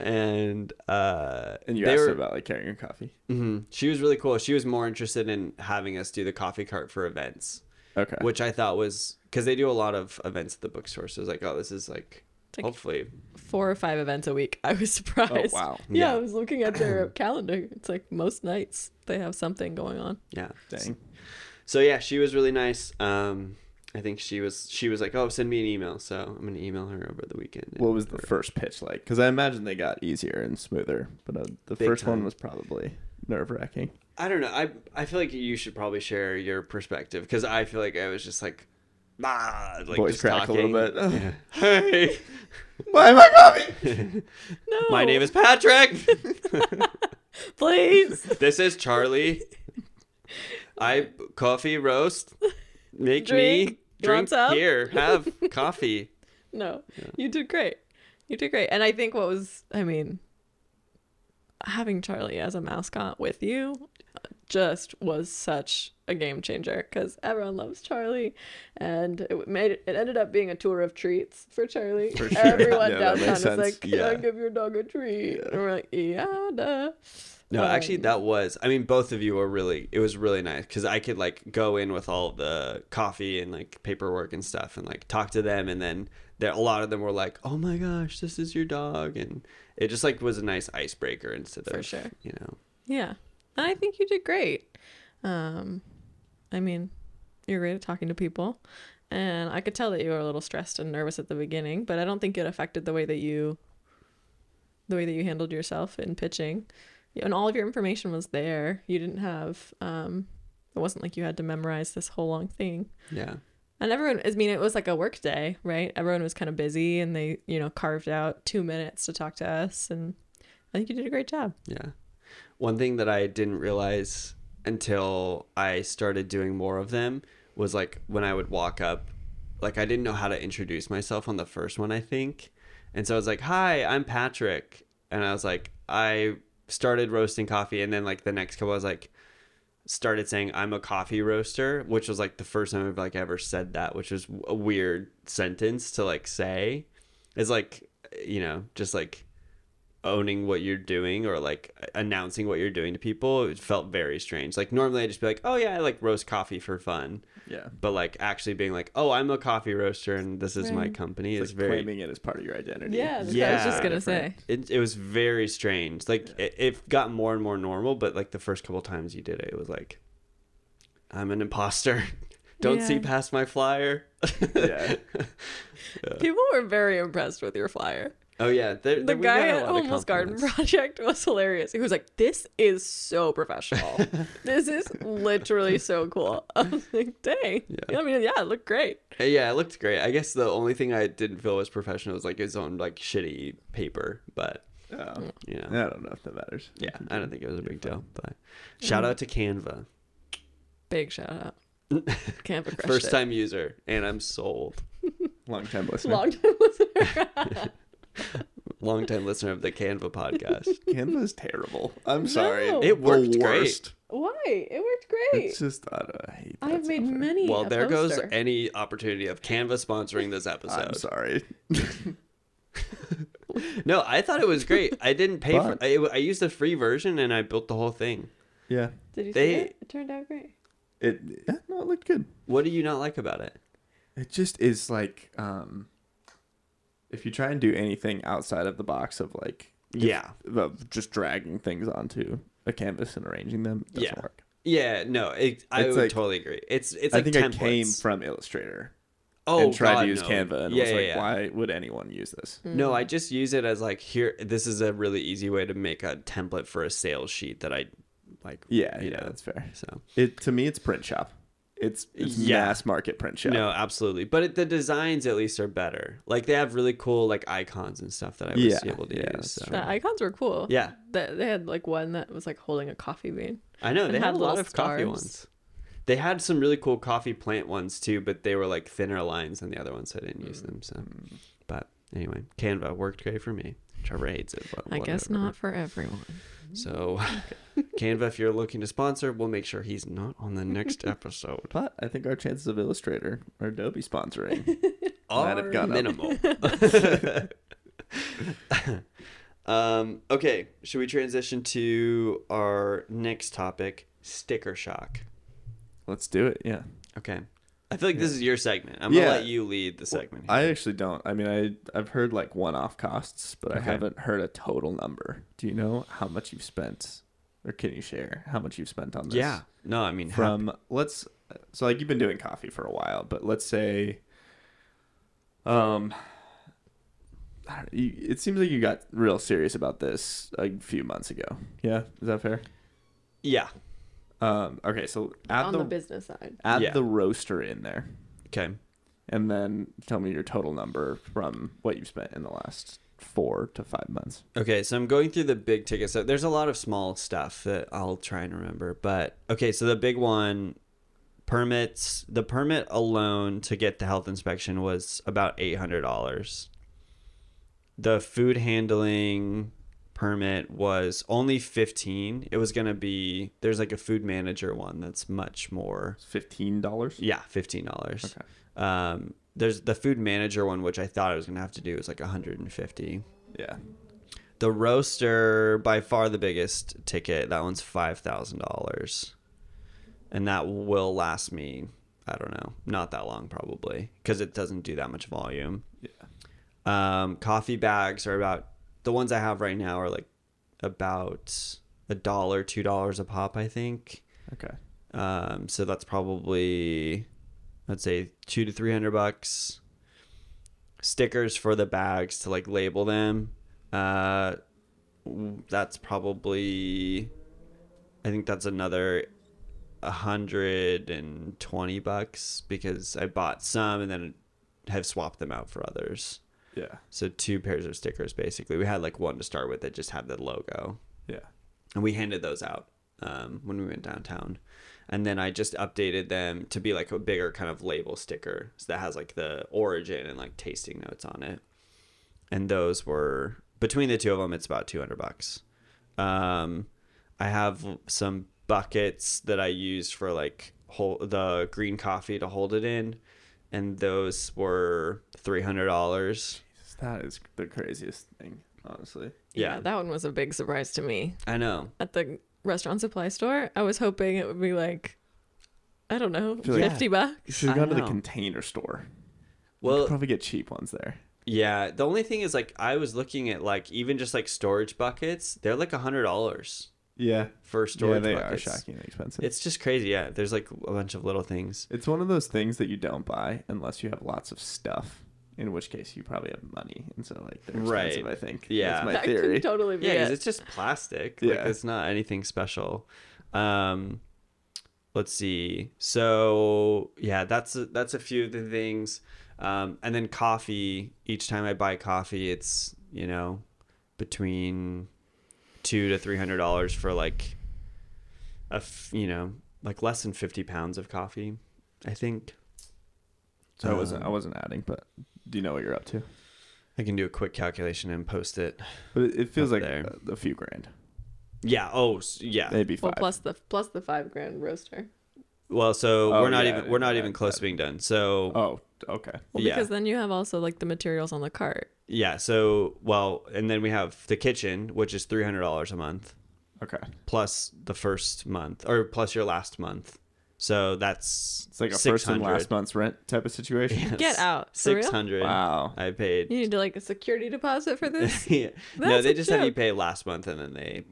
Speaker 1: and uh,
Speaker 3: And you
Speaker 1: they
Speaker 3: asked
Speaker 1: were-
Speaker 3: her about like carrying your coffee.
Speaker 1: Mhm. She was really cool. She was more interested in having us do the coffee cart for events,
Speaker 3: Okay. Oh,
Speaker 1: which I thought was because they do a lot of events at the bookstore. So I was like, oh, this is like
Speaker 2: Like-
Speaker 1: hopefully
Speaker 2: Four or five events a week. I was surprised.
Speaker 3: wow.
Speaker 2: Yeah,
Speaker 1: Oh, Yeah.
Speaker 2: I was looking at their calendar. It's like most nights they have something going on.
Speaker 1: yeah.
Speaker 3: Dang.
Speaker 1: So yeah, she was really nice. Um, I think she was she was like, oh, send me an email. So I'm gonna email her over the weekend. and-
Speaker 3: What was the first pitch like? Because I imagine they got easier and smoother, but uh, the
Speaker 1: Big
Speaker 3: first
Speaker 1: time.
Speaker 3: one was probably nerve wracking.
Speaker 1: I don't know. I I feel like you should probably share your perspective because I feel like I was just like, ah, like
Speaker 3: Voice
Speaker 1: just
Speaker 3: crack a
Speaker 1: talking.
Speaker 3: little bit. Ugh.
Speaker 1: Yeah. Hey,
Speaker 3: Why am I coming?
Speaker 2: No.
Speaker 1: my name is Patrick.
Speaker 2: Please.
Speaker 1: this is Charlie. I coffee roast. Make me
Speaker 2: Drink. You
Speaker 1: drink
Speaker 2: want some?
Speaker 1: here. Have coffee.
Speaker 2: No. You did great. You did great. And I think what was, I mean, having Charlie as a mascot with you uh, just was such a game changer because everyone loves Charlie, and it made it ended up being a tour of treats for Charlie.
Speaker 3: For sure.
Speaker 2: Everyone
Speaker 3: Yeah, that
Speaker 2: downtown
Speaker 3: makes
Speaker 2: was
Speaker 3: sense.
Speaker 2: like, "Can I
Speaker 3: Yeah.
Speaker 2: give your dog a treat?" And we're like, "Yeah, duh."
Speaker 1: No, actually,
Speaker 2: Um,
Speaker 1: that was. I mean, both of you were really. It was really nice because I could like go in with all the coffee and like paperwork and stuff, and like talk to them, and then there a lot of them were like, "Oh my gosh, this is your dog," and it just like was a nice icebreaker instead
Speaker 2: For
Speaker 1: of
Speaker 2: sure.
Speaker 1: you know.
Speaker 2: Yeah. And I think you did great. Um, I mean, you're great at talking to people. And I could tell that you were a little stressed and nervous at the beginning, but I don't think it affected the way that you the way that you handled yourself in pitching. And all of your information was there. You didn't have um it wasn't like you had to memorize this whole long thing.
Speaker 1: Yeah,
Speaker 2: And everyone, I mean, it was like a work day, right? Everyone was kind of busy and they, you know, carved out two minutes to talk to us. And I think you did a great job.
Speaker 1: yeah. One thing that I didn't realize until I started doing more of them was like when I would walk up, like I didn't know how to introduce myself on the first one, I think. And so I was like, "Hi, I'm Patrick," and I was like, "I started roasting coffee," and then like the next couple, I was like, started saying, "I'm a coffee roaster," which was like the first time I've like ever said that, which was a weird sentence to like say. It's like you know, just like owning what you're doing or like announcing what you're doing to people. It felt very strange. Like normally, I just be like, "Oh yeah, I like roast coffee for fun."
Speaker 3: Yeah.
Speaker 1: But like actually being like, "Oh, I'm a coffee roaster and this is my
Speaker 2: Right.
Speaker 1: company,"
Speaker 3: It's
Speaker 1: is
Speaker 3: like
Speaker 1: very
Speaker 3: claiming it as part of your identity.
Speaker 2: Yeah,
Speaker 1: what
Speaker 2: that's
Speaker 3: is
Speaker 2: what I was
Speaker 1: Yeah.
Speaker 2: just gonna
Speaker 3: different.
Speaker 2: say.
Speaker 1: it, it was very strange like it, it got more and more normal but like the first couple times you did it it was like i'm an imposter don't see
Speaker 2: Yeah.
Speaker 1: past my flyer
Speaker 3: Yeah.
Speaker 2: People were very impressed with your flyer.
Speaker 1: oh yeah there,
Speaker 2: The
Speaker 1: there- we got
Speaker 2: guy
Speaker 1: a
Speaker 2: at
Speaker 1: lot of
Speaker 2: Homeless Garden
Speaker 1: compliments.
Speaker 2: Project was hilarious. He was like, "This is so professional. this is literally so cool." I was like, "Dang,
Speaker 1: Yeah.
Speaker 2: I mean, yeah, it looked great."
Speaker 1: Uh, yeah it looked great i guess the only thing i didn't feel was professional was like his own like shitty paper but
Speaker 3: Oh.
Speaker 1: you know
Speaker 3: I don't know if that matters.
Speaker 1: yeah i don't think it was a big deal but shout out to canva
Speaker 2: Big shout out, Canva crushed
Speaker 1: first
Speaker 2: it.
Speaker 1: time user and i'm sold
Speaker 3: Long time listener.
Speaker 2: long time listener.
Speaker 1: long time listener of the canva podcast
Speaker 3: Canva is terrible. I'm sorry.
Speaker 2: No.
Speaker 1: It
Speaker 3: The
Speaker 1: worked great.
Speaker 2: Why? It worked great.
Speaker 3: It's just I, don't, I hate. That
Speaker 2: I've made
Speaker 3: software.
Speaker 2: many.
Speaker 1: Well,
Speaker 2: a
Speaker 1: there goes
Speaker 2: poster.
Speaker 1: any opportunity of Canva sponsoring this episode.
Speaker 3: I'm sorry.
Speaker 2: We
Speaker 1: No, I thought it was great. I didn't pay for.
Speaker 3: Fun.
Speaker 1: I, I used the free version and I built the whole thing.
Speaker 3: Yeah.
Speaker 2: Did you
Speaker 1: They-
Speaker 2: see it? It turned out great.
Speaker 3: It yeah, no, it looked good.
Speaker 1: What do you not like about it?
Speaker 3: It just is like um if you try and do anything outside of the box of like
Speaker 1: Yeah.
Speaker 3: of just dragging things onto a canvas and arranging them, it doesn't
Speaker 1: Yeah.
Speaker 3: work.
Speaker 1: Yeah, no, it, I
Speaker 3: It's
Speaker 1: would
Speaker 3: like-
Speaker 1: totally agree. It's it's
Speaker 3: I
Speaker 1: like
Speaker 3: think
Speaker 1: templates.
Speaker 3: I came from Illustrator
Speaker 1: oh,
Speaker 3: and tried
Speaker 1: God,
Speaker 3: to use
Speaker 1: no.
Speaker 3: Canva and
Speaker 1: yeah,
Speaker 3: was
Speaker 1: yeah,
Speaker 3: like,
Speaker 1: yeah.
Speaker 3: why would anyone use this?
Speaker 1: No, I just use it as like here. This is a really easy way to make a template for a sales sheet that I like.
Speaker 3: Yeah,
Speaker 1: you
Speaker 3: yeah,
Speaker 1: know,
Speaker 3: that's fair.
Speaker 1: So
Speaker 3: It to me, it's print shop. It's, it's
Speaker 1: Yeah.
Speaker 3: mass market print shop.
Speaker 1: no, absolutely. But it, the designs at least are better. Like they have really cool like icons and stuff that I was
Speaker 3: Yeah,
Speaker 1: able to
Speaker 3: yeah,
Speaker 1: use.
Speaker 3: that's
Speaker 1: So.
Speaker 2: The icons were cool.
Speaker 1: Oh. Yeah,
Speaker 2: That they had like one that was like holding a coffee bean.
Speaker 1: I know
Speaker 2: And
Speaker 1: they had
Speaker 2: had
Speaker 1: a lot
Speaker 2: little
Speaker 1: of coffee
Speaker 2: stars.
Speaker 1: ones. They had some really cool coffee plant ones too, but they were like thinner lines than the other ones. So I didn't use
Speaker 3: Mm.
Speaker 1: them. So, but anyway, Canva worked great for me. Trevor hates it. But
Speaker 2: I guess
Speaker 1: whatever.
Speaker 2: not for everyone.
Speaker 1: So, Canva, if you're looking to sponsor, we'll make sure he's not on the next episode.
Speaker 3: But I think our chances of Illustrator or Adobe sponsoring.
Speaker 1: Are
Speaker 3: Might have gone up.
Speaker 1: minimal. um, okay, should we transition to our next topic, sticker shock?
Speaker 3: Let's do it. Yeah.
Speaker 1: Okay. I feel like this is your segment. I'm
Speaker 3: Yeah.
Speaker 1: gonna let you lead the segment.
Speaker 3: I actually don't. I mean, I I've heard like one-off costs, but I
Speaker 1: Okay.
Speaker 3: haven't heard a total number. Do you know how much you've spent, or can you share how much you've spent on this?
Speaker 1: yeah. No, I mean hap-
Speaker 3: From let's so like you've been doing coffee for a while, but let's say, um, I don't, you, it seems like you got real serious about this a few months ago. Yeah, is that fair?
Speaker 1: yeah.
Speaker 3: Um, okay, so add
Speaker 2: On
Speaker 3: the,
Speaker 2: the, business side.
Speaker 3: add
Speaker 1: Yeah.
Speaker 3: the roaster in there,
Speaker 1: Okay.
Speaker 3: and then tell me your total number from what you've spent in the last four to five months.
Speaker 1: Okay, so I'm going through the big tickets. So there's a lot of small stuff that I'll try and remember, but okay, so the big one permits the permit alone to get the health inspection was about $800. The food handling permit was only 15. It was going to be there's like a food manager one that's much more.
Speaker 3: Fifteen dollars.
Speaker 1: Yeah, $15.
Speaker 3: Okay.
Speaker 1: Um there's the food manager one which I thought I was going to have to do was like 150.
Speaker 3: Yeah.
Speaker 1: The roaster, by far the biggest ticket. That one's five thousand dollars, and that will last me. I don't know, not that long probably, because it doesn't do that much volume.
Speaker 3: Yeah.
Speaker 1: Um, coffee bags are about the ones I have right now are like about a dollar, two dollars a pop, I think.
Speaker 3: Okay.
Speaker 1: Um, so that's probably, I'd say two to three hundred bucks. Stickers for the bags to like label them. Uh, w- that's probably, I think that's another a hundred and twenty bucks because I bought some and then have swapped them out for others.
Speaker 3: Yeah.
Speaker 1: So two pairs of stickers basically. We had like one to start with that just had the logo
Speaker 3: Yeah.
Speaker 1: and we handed those out um, when we went downtown and then i just updated them to be like a bigger kind of label sticker so that has like the origin and like tasting notes on it and those were between the two of them it's about 200 bucks um, i have some buckets that i used for like hol the green coffee to hold it in and those were $300
Speaker 3: That is the craziest thing, honestly.
Speaker 1: yeah,
Speaker 2: That one was a big surprise to me.
Speaker 1: i know
Speaker 2: At the restaurant supply store, I was hoping it would be like I don't know,
Speaker 3: feel like-
Speaker 2: fifty bucks.
Speaker 3: You should
Speaker 1: I
Speaker 3: have gone to the
Speaker 1: know.
Speaker 3: container store. Well, you
Speaker 1: well
Speaker 3: could probably get cheap ones there.
Speaker 1: Yeah, the only thing is like I was looking at like even just like storage buckets, they're like a hundred dollars
Speaker 3: Yeah.
Speaker 1: for
Speaker 3: Yeah,
Speaker 1: storage
Speaker 3: they
Speaker 1: buckets.
Speaker 3: are shockingly expensive. It's
Speaker 1: It's just crazy. Yeah, there's like a bunch of little things.
Speaker 3: it's one of those things that you don't buy unless you have lots of stuff. In which case you probably have money, and so like they're
Speaker 1: Right.
Speaker 3: expensive. I think.
Speaker 1: Yeah.
Speaker 3: That's my
Speaker 2: That
Speaker 3: theory.
Speaker 2: could totally be
Speaker 1: Yeah, 'cause
Speaker 2: it.
Speaker 1: it's just plastic. Like,
Speaker 3: Yeah.
Speaker 1: it's not anything special. Um, let's see. So yeah, that's a, that's a few of the things. Um, and then coffee. Each time I buy coffee, it's you know between two to three hundred dollars for like a f- you know like less than fifty pounds of coffee. I think
Speaker 3: So I wasn't. I
Speaker 1: Um,
Speaker 3: wasn't adding, but do you know what you're up to?
Speaker 1: I can do a quick calculation and post it.
Speaker 3: But it, it feels
Speaker 1: Up
Speaker 3: like
Speaker 1: there.
Speaker 3: a, a few grand,
Speaker 1: Yeah. Oh, s- yeah.
Speaker 3: maybe five.
Speaker 2: well plus the plus the five grand roaster.
Speaker 1: Well, so
Speaker 3: Oh,
Speaker 1: we're not
Speaker 3: yeah,
Speaker 1: even we're not
Speaker 3: yeah,
Speaker 1: even close
Speaker 3: that-
Speaker 1: to being done. So
Speaker 3: oh, okay.
Speaker 2: Well,
Speaker 1: Yeah.
Speaker 2: because then you have also like the materials on the cart.
Speaker 1: yeah. So well, and then we have the kitchen, which is three hundred dollars a month
Speaker 3: Okay.
Speaker 1: plus the first month or plus your last month. So that's
Speaker 3: It's like a first and last month's rent type of situation.
Speaker 2: Get out, for real?
Speaker 1: Six hundred.
Speaker 3: Wow.
Speaker 1: I paid.
Speaker 2: You need to like a security deposit for this.
Speaker 1: yeah. No,
Speaker 2: That's
Speaker 1: they
Speaker 2: a
Speaker 1: just have you
Speaker 2: joke.
Speaker 1: pay last month and then they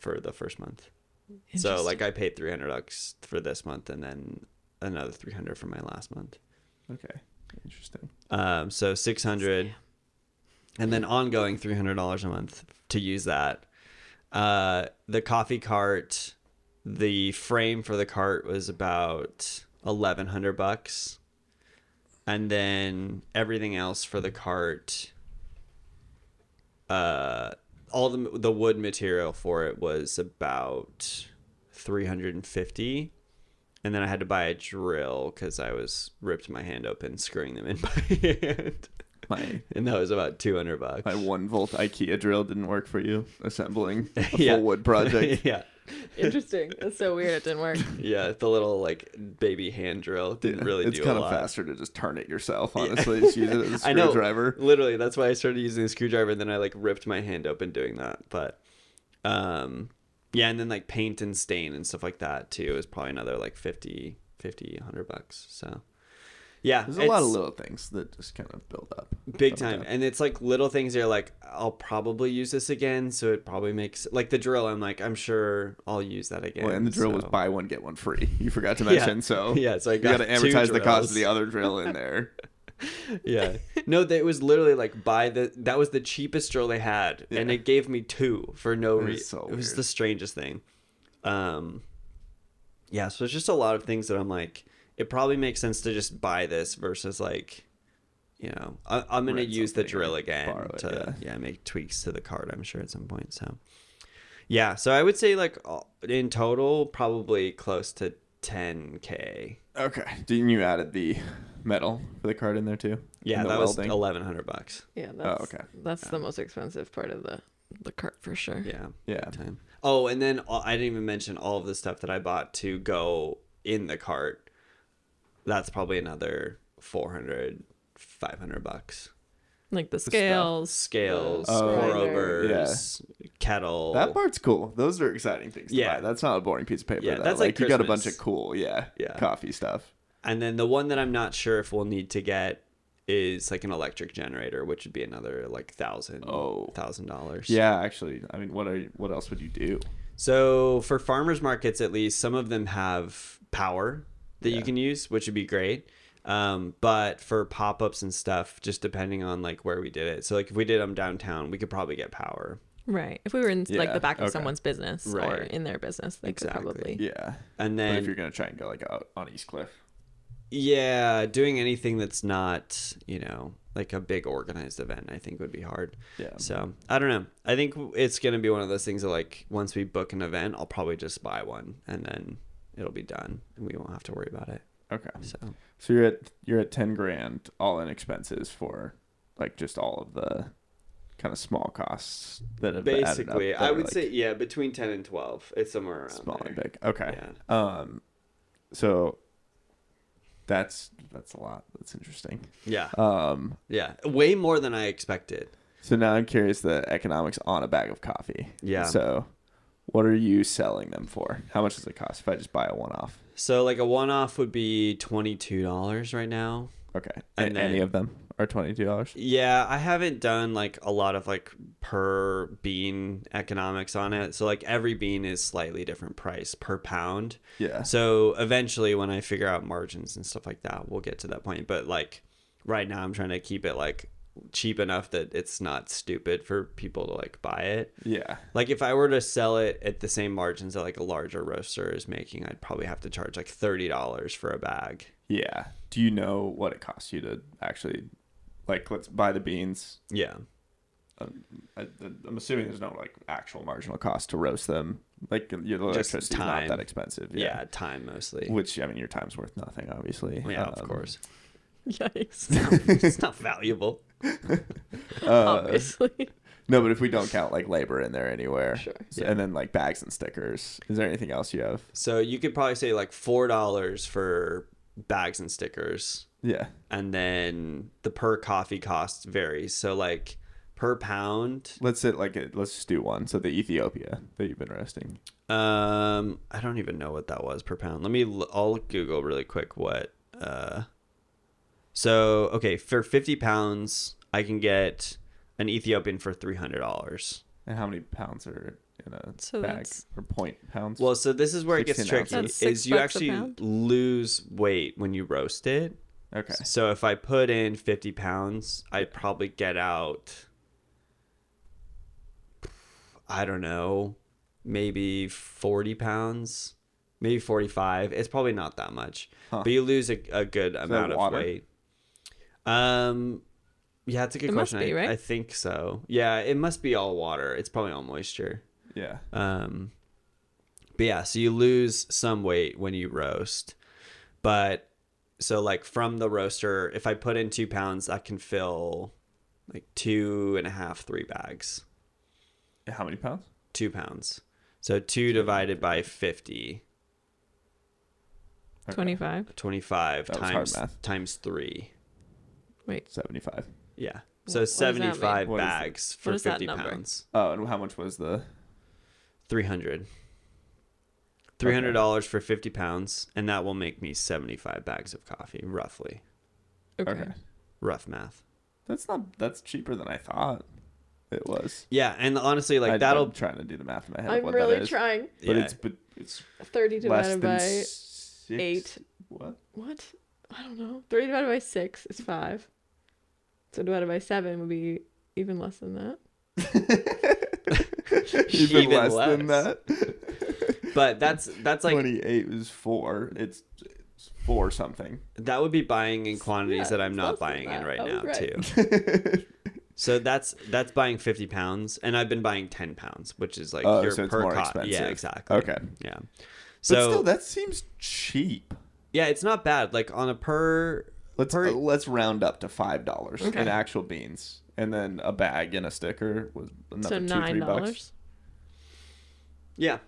Speaker 1: for the first month. So like I paid 300 bucks for this month and then another 300 for my last month.
Speaker 3: Okay. Interesting.
Speaker 1: Um so 600 and then ongoing $300 a month to use that. Uh the coffee cart, the frame for the cart was about 1100 bucks. And then everything else for the cart uh all the the wood material for it was about 350 and then I had to buy a drill because I was ripped my hand open screwing them in by hand,
Speaker 3: My
Speaker 1: and that was about two hundred bucks.
Speaker 3: my one volt IKEA drill didn't work for you assembling a full
Speaker 1: Yeah.
Speaker 3: wood project.
Speaker 1: yeah,
Speaker 2: Interesting. That's so weird. It didn't work.
Speaker 1: yeah, the little like baby hand drill didn't really
Speaker 3: it's
Speaker 1: do
Speaker 3: kind
Speaker 1: a
Speaker 3: of
Speaker 1: lot.
Speaker 3: faster to just turn it yourself. Honestly, just use it as a
Speaker 1: I know,
Speaker 3: screwdriver.
Speaker 1: literally. That's why I started using the screwdriver, and then I like ripped my hand open doing that. But, um, yeah, and then like paint and stain and stuff like that too is probably another like 50, 50, 100 bucks. So, yeah,
Speaker 3: There's a lot of
Speaker 1: it's-
Speaker 3: little things that just kind of build up.
Speaker 1: big
Speaker 3: Build
Speaker 1: time
Speaker 3: up.
Speaker 1: and it's like little things you're like i'll probably use this again so it probably makes like the drill i'm like i'm sure i'll use that again
Speaker 3: Well, and the drill was
Speaker 1: so-
Speaker 3: buy one get one free. You forgot to
Speaker 1: Yeah.
Speaker 3: mention, so
Speaker 1: Yeah, so I
Speaker 3: you got
Speaker 1: got
Speaker 3: to
Speaker 1: two
Speaker 3: amortize the cost of
Speaker 1: drills.
Speaker 3: the other drill in there.
Speaker 1: yeah no that was literally like buy the that was the cheapest drill they had and
Speaker 3: Yeah.
Speaker 1: it gave me two for no
Speaker 3: That is
Speaker 1: reason
Speaker 3: so
Speaker 1: it was
Speaker 3: weird.
Speaker 1: the strangest thing um yeah so it's just a lot of things that i'm like it probably makes sense to just buy this versus like you know I, i'm gonna
Speaker 3: Rent
Speaker 1: use the
Speaker 3: something or
Speaker 1: drill again
Speaker 3: borrow it,
Speaker 1: to yeah. make tweaks to the card i'm sure at some point so yeah so i would say like all- in total probably close to 10k
Speaker 3: Okay. Didn't you added the metal for the card in there too?
Speaker 1: yeah
Speaker 3: And the
Speaker 1: that
Speaker 3: welding?
Speaker 1: was 1100 bucks
Speaker 2: Yeah. That's,
Speaker 3: okay.
Speaker 2: That's the most expensive part of the the cart for sure.
Speaker 1: yeah
Speaker 3: yeah.
Speaker 1: time. Oh, and then all, I didn't even mention all of the stuff that I bought to go in the cart. That's probably another 400, 500 bucks.
Speaker 2: Like the scales.
Speaker 1: Scales,
Speaker 2: the
Speaker 3: Oh,
Speaker 1: pour
Speaker 2: grinder.
Speaker 1: overs, kettle.
Speaker 3: That part's cool. Those are exciting things. To
Speaker 1: Yeah.
Speaker 3: buy. that's not a boring piece of paper.
Speaker 1: Yeah,
Speaker 3: though.
Speaker 1: that's
Speaker 3: like,
Speaker 1: like
Speaker 3: you got a bunch
Speaker 1: Christmas.
Speaker 3: of cool, yeah,
Speaker 1: Yeah.
Speaker 3: coffee stuff.
Speaker 1: and then the one that I'm not sure if we'll need to get is like an electric generator, which would be another like thousand,
Speaker 3: Oh.
Speaker 1: thousand dollars.
Speaker 3: Yeah, actually, I mean, what are you- what else would you do?
Speaker 1: So for farmers markets, at least some of them have power that you can use, which would be great. Um, but for pop ups and stuff, just depending on like where we did it. So like if we did them downtown, we could probably get power.
Speaker 2: Right. If we were in like
Speaker 3: Yeah,
Speaker 2: the back of
Speaker 3: okay.
Speaker 2: someone's business or
Speaker 1: Right.
Speaker 2: in their business, they
Speaker 1: Exactly.
Speaker 2: could probably.
Speaker 3: Yeah,
Speaker 1: And
Speaker 3: but if you're
Speaker 1: then
Speaker 3: gonna try and go like out on East Cliff,
Speaker 1: yeah, doing anything that's not you know like a big organized event, I think would be hard.
Speaker 3: yeah,
Speaker 1: So I don't know. I think it's gonna be one of those things that like once we book an event, I'll probably just buy one and then it'll be done and we won't have to worry about it.
Speaker 3: okay.
Speaker 1: So
Speaker 3: So you're at you're at ten grand all in expenses for like just all of the kind of small costs that have added up
Speaker 1: basically
Speaker 3: that
Speaker 1: i
Speaker 3: are,
Speaker 1: would
Speaker 3: like,
Speaker 1: say yeah between 10 and 12 it's somewhere around
Speaker 3: small and
Speaker 1: there.
Speaker 3: big. Okay.
Speaker 1: yeah
Speaker 3: Um, so that's that's a lot. That's interesting.
Speaker 1: yeah
Speaker 3: Um,
Speaker 1: yeah way more than i expected
Speaker 3: So now I'm curious the economics on a bag of coffee.
Speaker 1: Yeah.
Speaker 3: So what are you selling them for? How much does it cost if I just buy a one off?
Speaker 1: so like a one-off would be $22 right now
Speaker 3: Okay.
Speaker 1: And
Speaker 3: And,
Speaker 1: then-
Speaker 3: any of them are twenty two dollars.
Speaker 1: yeah i haven't done like a lot of like per bean economics on it so like every bean is slightly different price per pound
Speaker 3: Yeah.
Speaker 1: So eventually, when I figure out margins and stuff like that, we'll get to that point. But like right now, I'm trying to keep it like cheap enough that it's not stupid for people to like buy it.
Speaker 3: Yeah.
Speaker 1: Like if I were to sell it at the same margins that like a larger roaster is making, I'd probably have to charge like thirty dollars for a bag.
Speaker 3: Yeah. Do you know what it costs you to actually like let's buy the beans?
Speaker 1: Yeah,
Speaker 3: I, I'm assuming there's no like actual marginal cost to roast them. Like your electricity's not
Speaker 1: time.
Speaker 3: that expensive.
Speaker 1: yeah, time mostly.
Speaker 3: Which I mean, your time's worth nothing, obviously.
Speaker 1: yeah, of
Speaker 3: Um,
Speaker 1: course.
Speaker 2: Yikes.
Speaker 1: it's not valuable.
Speaker 2: Obviously.
Speaker 3: No, but if we don't count like labor in there anywhere,
Speaker 2: Sure.
Speaker 3: So- and then like bags and stickers, is there anything else you have?
Speaker 1: So you could probably say like four dollars for bags and stickers.
Speaker 3: Yeah,
Speaker 1: and then the per coffee cost varies. So like per pound.
Speaker 3: Let's sit like a, let's just do one. So the Ethiopia that you've been resting.
Speaker 1: Um, I don't even know what that was per pound. Let me. l- I'll Google really quick what. Uh, so okay, for fifty pounds, I can get an Ethiopian for three hundred dollars.
Speaker 3: And how many pounds are in a
Speaker 2: So
Speaker 3: bag
Speaker 2: that's-
Speaker 3: or point pounds?
Speaker 1: Well, so this is where it gets
Speaker 3: 16
Speaker 1: tricky.
Speaker 2: That's
Speaker 3: ounces.
Speaker 2: six
Speaker 1: Is you
Speaker 2: bucks a
Speaker 1: actually
Speaker 2: pound?
Speaker 1: lose weight when you roast it.
Speaker 3: okay.
Speaker 1: So if I put in fifty pounds, I'd probably get out. I don't know, maybe forty pounds, maybe forty-five. It's probably not that much,
Speaker 3: Huh.
Speaker 1: but you lose a, a good amount of
Speaker 3: water?
Speaker 1: weight. Um, yeah, it's a good
Speaker 2: It must
Speaker 1: question.
Speaker 2: be,
Speaker 1: I,
Speaker 2: right?
Speaker 1: I think so. Yeah, it must be all water. It's probably all moisture.
Speaker 3: Yeah.
Speaker 1: Um, but yeah, so you lose some weight when you roast, but so like from the roaster, if I put in two pounds, I can fill like two and a half, three bags,
Speaker 3: And How many pounds?
Speaker 1: two pounds. So two divided by 50,
Speaker 3: Okay.
Speaker 2: 25.
Speaker 1: 25
Speaker 3: That was hard
Speaker 1: times,
Speaker 3: math.
Speaker 1: times three.
Speaker 2: Wait.
Speaker 3: Seventy-five.
Speaker 1: Yeah.
Speaker 2: Wh-
Speaker 1: So
Speaker 2: what does that mean?
Speaker 1: 75
Speaker 3: What is that-
Speaker 1: bags
Speaker 2: what
Speaker 1: for
Speaker 2: is that
Speaker 1: 50
Speaker 2: number?
Speaker 1: pounds.
Speaker 3: Oh, and how much was the?
Speaker 1: 300. $300 dollars for 50 pounds, and that will make me 75 bags of coffee, roughly.
Speaker 2: Okay.
Speaker 3: okay.
Speaker 1: Rough math.
Speaker 3: That's not. That's cheaper than I thought it was.
Speaker 1: Yeah, and honestly, like
Speaker 3: I,
Speaker 1: that'll
Speaker 3: I'm trying to do the math in my head. of
Speaker 2: I'm
Speaker 3: what that
Speaker 2: really
Speaker 3: is.
Speaker 2: trying.
Speaker 3: But
Speaker 1: yeah.
Speaker 3: it's but it's
Speaker 2: 30
Speaker 3: less
Speaker 2: divided
Speaker 3: than
Speaker 2: by
Speaker 3: six,
Speaker 2: eight.
Speaker 3: What?
Speaker 2: What? I don't know. 3 divided by 6 is 5. So divided by 7 would be even less than that.
Speaker 3: Even,
Speaker 1: Even
Speaker 3: less, than
Speaker 1: less.
Speaker 3: that.
Speaker 1: but that's that's like
Speaker 3: Twenty-eight was four. It's, it's four something.
Speaker 1: that would be buying in quantities
Speaker 2: Yeah,
Speaker 1: that I'm
Speaker 2: it's
Speaker 1: not
Speaker 2: less than
Speaker 1: buying in
Speaker 2: that.
Speaker 1: right
Speaker 2: I was
Speaker 1: now
Speaker 2: right.
Speaker 1: too. So that's that's buying 50 pounds, and I've been buying 10 pounds, which is like
Speaker 3: Oh,
Speaker 1: your
Speaker 3: so it's
Speaker 1: per
Speaker 3: more
Speaker 1: co- Yeah,
Speaker 3: expensive.
Speaker 1: exactly.
Speaker 3: Okay.
Speaker 1: Yeah.
Speaker 3: So
Speaker 1: So
Speaker 3: still, that seems cheap.
Speaker 1: yeah, it's not bad. Like on a per
Speaker 3: Let's
Speaker 1: per
Speaker 3: uh, let's round up to five dollars
Speaker 2: Okay.
Speaker 3: in actual beans, and then a bag and a sticker was another
Speaker 2: so
Speaker 3: two
Speaker 2: $9.
Speaker 3: three bucks.
Speaker 2: dollars.
Speaker 1: yeah.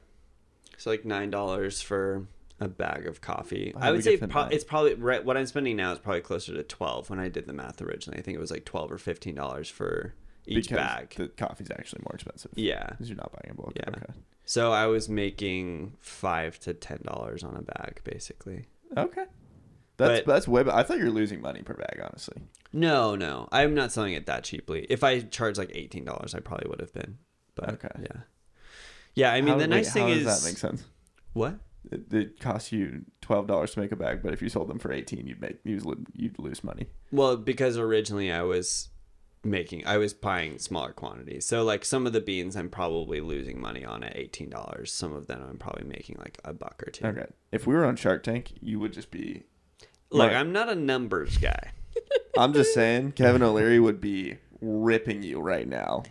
Speaker 1: So like nine dollars for a bag of coffee.
Speaker 3: How
Speaker 1: I
Speaker 3: do we
Speaker 1: would
Speaker 3: get
Speaker 1: say
Speaker 3: to
Speaker 1: pro-
Speaker 3: nine?
Speaker 1: it's probably right. What I'm spending now is probably closer to 12. When I did the math originally, I think it was like 12 or 15 dollars for each
Speaker 3: because
Speaker 1: bag.
Speaker 3: the coffee's actually more expensive.
Speaker 1: yeah.
Speaker 3: because you're not buying in bulk.
Speaker 1: Yeah.
Speaker 3: Okay.
Speaker 1: So I was making five to ten dollars on a bag, basically.
Speaker 3: Okay. That's
Speaker 1: But-
Speaker 3: that's way. be- I thought you were losing money per bag, honestly.
Speaker 1: No, no, I'm not selling it that cheaply. If I charged like eighteen dollars, I probably would have been. But
Speaker 3: Okay.
Speaker 1: yeah, yeah. I mean,
Speaker 3: How-
Speaker 1: the
Speaker 3: wait,
Speaker 1: nice thing
Speaker 3: how
Speaker 1: is
Speaker 3: does that make sense?
Speaker 1: what?
Speaker 3: It, it costs you twelve dollars to make a bag, but if you sold them for eighteen, you'd make you'd, lo- you'd lose money.
Speaker 1: Well, because originally I was making, I was buying smaller quantities. So like some of the beans, I'm probably losing money on at eighteen dollars. Some of them, I'm probably making like a buck or two.
Speaker 3: Okay. If we were on Shark Tank, you would just be.
Speaker 1: Like
Speaker 3: Right.
Speaker 1: I'm not a numbers guy.
Speaker 3: I'm just saying, Kevin O'Leary would be ripping you right now.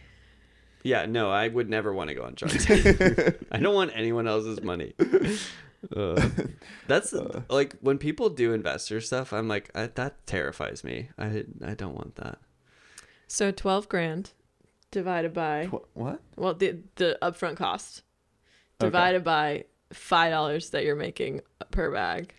Speaker 1: Yeah, no, I would never want to go on Shark Tank.
Speaker 3: yeah,
Speaker 1: I don't want anyone else's money. Uh, that's
Speaker 3: Uh.
Speaker 1: like when people do investor stuff. I'm like I, that terrifies me. I I don't want that.
Speaker 2: So 12 grand divided by
Speaker 3: Tw- what?
Speaker 2: well the the upfront cost
Speaker 3: Okay.
Speaker 2: divided by $5 that you're making per bag.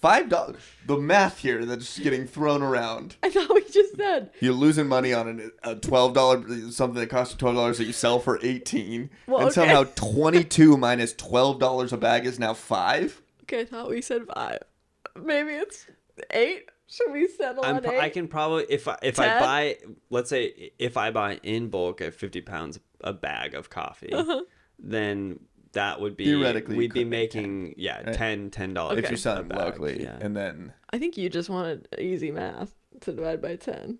Speaker 3: Five dollars. The math here that's getting thrown around.
Speaker 2: I thought we just said.
Speaker 3: You're losing money on an, a twelve dollar something that costs you twelve dollars that you sell for eighteen,
Speaker 2: Well,
Speaker 3: and
Speaker 2: okay.
Speaker 3: somehow twenty two minus twelve dollars a bag is now five.
Speaker 2: Okay, I thought we said 5. Maybe it's 8. Should we settle
Speaker 1: I'm
Speaker 2: on
Speaker 1: pro-
Speaker 2: 8?
Speaker 1: I can probably if I, if I
Speaker 2: Ted?
Speaker 1: buy let's say if I buy in bulk at 50 pounds a bag of coffee,
Speaker 2: Uh-huh.
Speaker 1: then that would be
Speaker 3: Theoretically, you
Speaker 1: we'd be
Speaker 3: could make
Speaker 1: making yeah
Speaker 3: right?
Speaker 1: 10 ten dollars
Speaker 3: If
Speaker 2: Okay.
Speaker 3: you sell them
Speaker 1: a bag,
Speaker 3: locally,
Speaker 1: yeah.
Speaker 3: and then
Speaker 2: I think you just wanted easy math to divide by 10.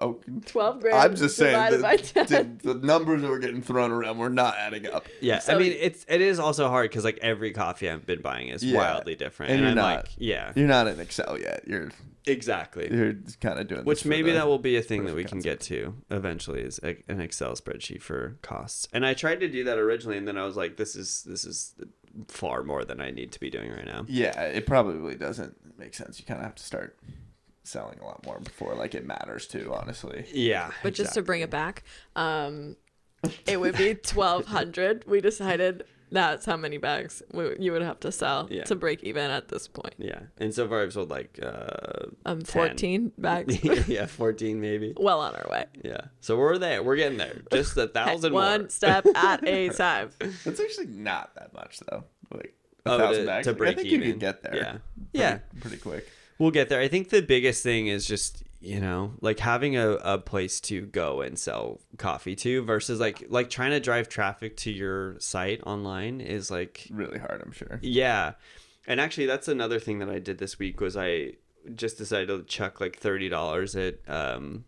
Speaker 3: oh,
Speaker 2: 12 grand
Speaker 3: I'm just saying
Speaker 2: divided by
Speaker 3: the,
Speaker 2: 10.
Speaker 3: the, the numbers that were getting thrown around were not adding up.
Speaker 1: Yeah, I
Speaker 2: So-
Speaker 1: mean it's it is also hard because like every coffee I've been buying is
Speaker 3: Yeah.
Speaker 1: wildly different,
Speaker 3: And
Speaker 1: and,
Speaker 3: you're
Speaker 1: I'm
Speaker 3: not-
Speaker 1: like yeah,
Speaker 3: You're not in Excel yet. You're
Speaker 1: exactly.
Speaker 3: you're kind of doing this
Speaker 1: Which
Speaker 3: for
Speaker 1: maybe
Speaker 3: the-
Speaker 1: that will be a thing that we
Speaker 3: proof
Speaker 1: can get to eventually is a, an Excel spreadsheet for costs. And I tried to do that originally, and then I was like, this is this is far more than I need to be doing right now.
Speaker 3: Yeah, it probably doesn't make sense. You kind of have to start selling a lot more before like it matters too. Honestly,
Speaker 1: Yeah,
Speaker 2: But just to bring it back, um, it would be twelve hundred. We decided That's how many bags we, you would have to sell
Speaker 1: Yeah.
Speaker 2: to break even at this point.
Speaker 1: Yeah. And so far I've sold like uh
Speaker 2: Um,
Speaker 1: 10.
Speaker 2: 14 bags.
Speaker 1: yeah, 14 maybe.
Speaker 2: well on our way.
Speaker 1: Yeah. So we're there. We're getting there. Just a thousand
Speaker 2: One
Speaker 1: more.
Speaker 2: step at a time.
Speaker 3: That's actually not that much though. Like a
Speaker 1: Oh,
Speaker 3: thousand
Speaker 1: to-
Speaker 3: bags.
Speaker 1: to
Speaker 3: Like,
Speaker 1: break
Speaker 3: I think
Speaker 1: even.
Speaker 3: you could get there.
Speaker 1: Yeah.
Speaker 3: Pretty,
Speaker 1: Yeah.
Speaker 3: Pretty quick.
Speaker 1: We'll get there. I think the biggest thing is just, you know, like having a, a place to go and sell coffee to versus like like trying to drive traffic to your site online is like
Speaker 3: Really hard, I'm sure.
Speaker 1: Yeah. And actually that's another thing that I did this week was I just decided to chuck like thirty dollars at um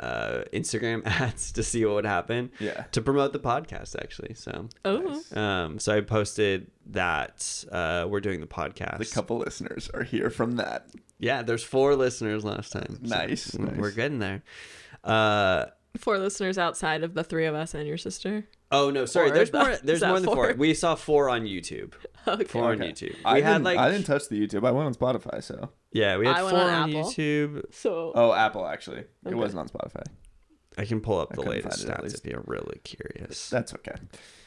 Speaker 1: uh Instagram ads to see what would happen.
Speaker 3: Yeah.
Speaker 1: To promote the podcast actually. So
Speaker 2: Oh,
Speaker 1: um so I posted that uh we're doing the podcast.
Speaker 3: The couple listeners are here from that.
Speaker 1: Yeah, there's four listeners last time.
Speaker 3: Nice,
Speaker 1: mm, We're
Speaker 3: nice.
Speaker 1: getting there. Uh
Speaker 2: for listeners outside of the three of us and your sister.
Speaker 1: oh no, sorry.
Speaker 2: Four,
Speaker 1: there's
Speaker 2: is
Speaker 1: more.
Speaker 2: that-
Speaker 1: there's
Speaker 2: is that
Speaker 1: more than four?
Speaker 2: four?
Speaker 1: We saw four on YouTube.
Speaker 2: Okay.
Speaker 1: Four on
Speaker 3: Okay.
Speaker 1: YouTube. We
Speaker 3: I
Speaker 1: had
Speaker 3: didn't,
Speaker 1: like
Speaker 3: I didn't touch the YouTube. I went on Spotify, so
Speaker 1: yeah, we had
Speaker 2: I
Speaker 1: four
Speaker 2: went on
Speaker 1: on,
Speaker 2: Apple.
Speaker 1: YouTube.
Speaker 2: So
Speaker 3: Oh, Apple actually. It
Speaker 2: Okay.
Speaker 3: wasn't on Spotify.
Speaker 1: I can pull up the
Speaker 3: couldn't
Speaker 1: latest
Speaker 3: find it, at
Speaker 1: stats
Speaker 3: least.
Speaker 1: if you're really curious.
Speaker 3: That's okay.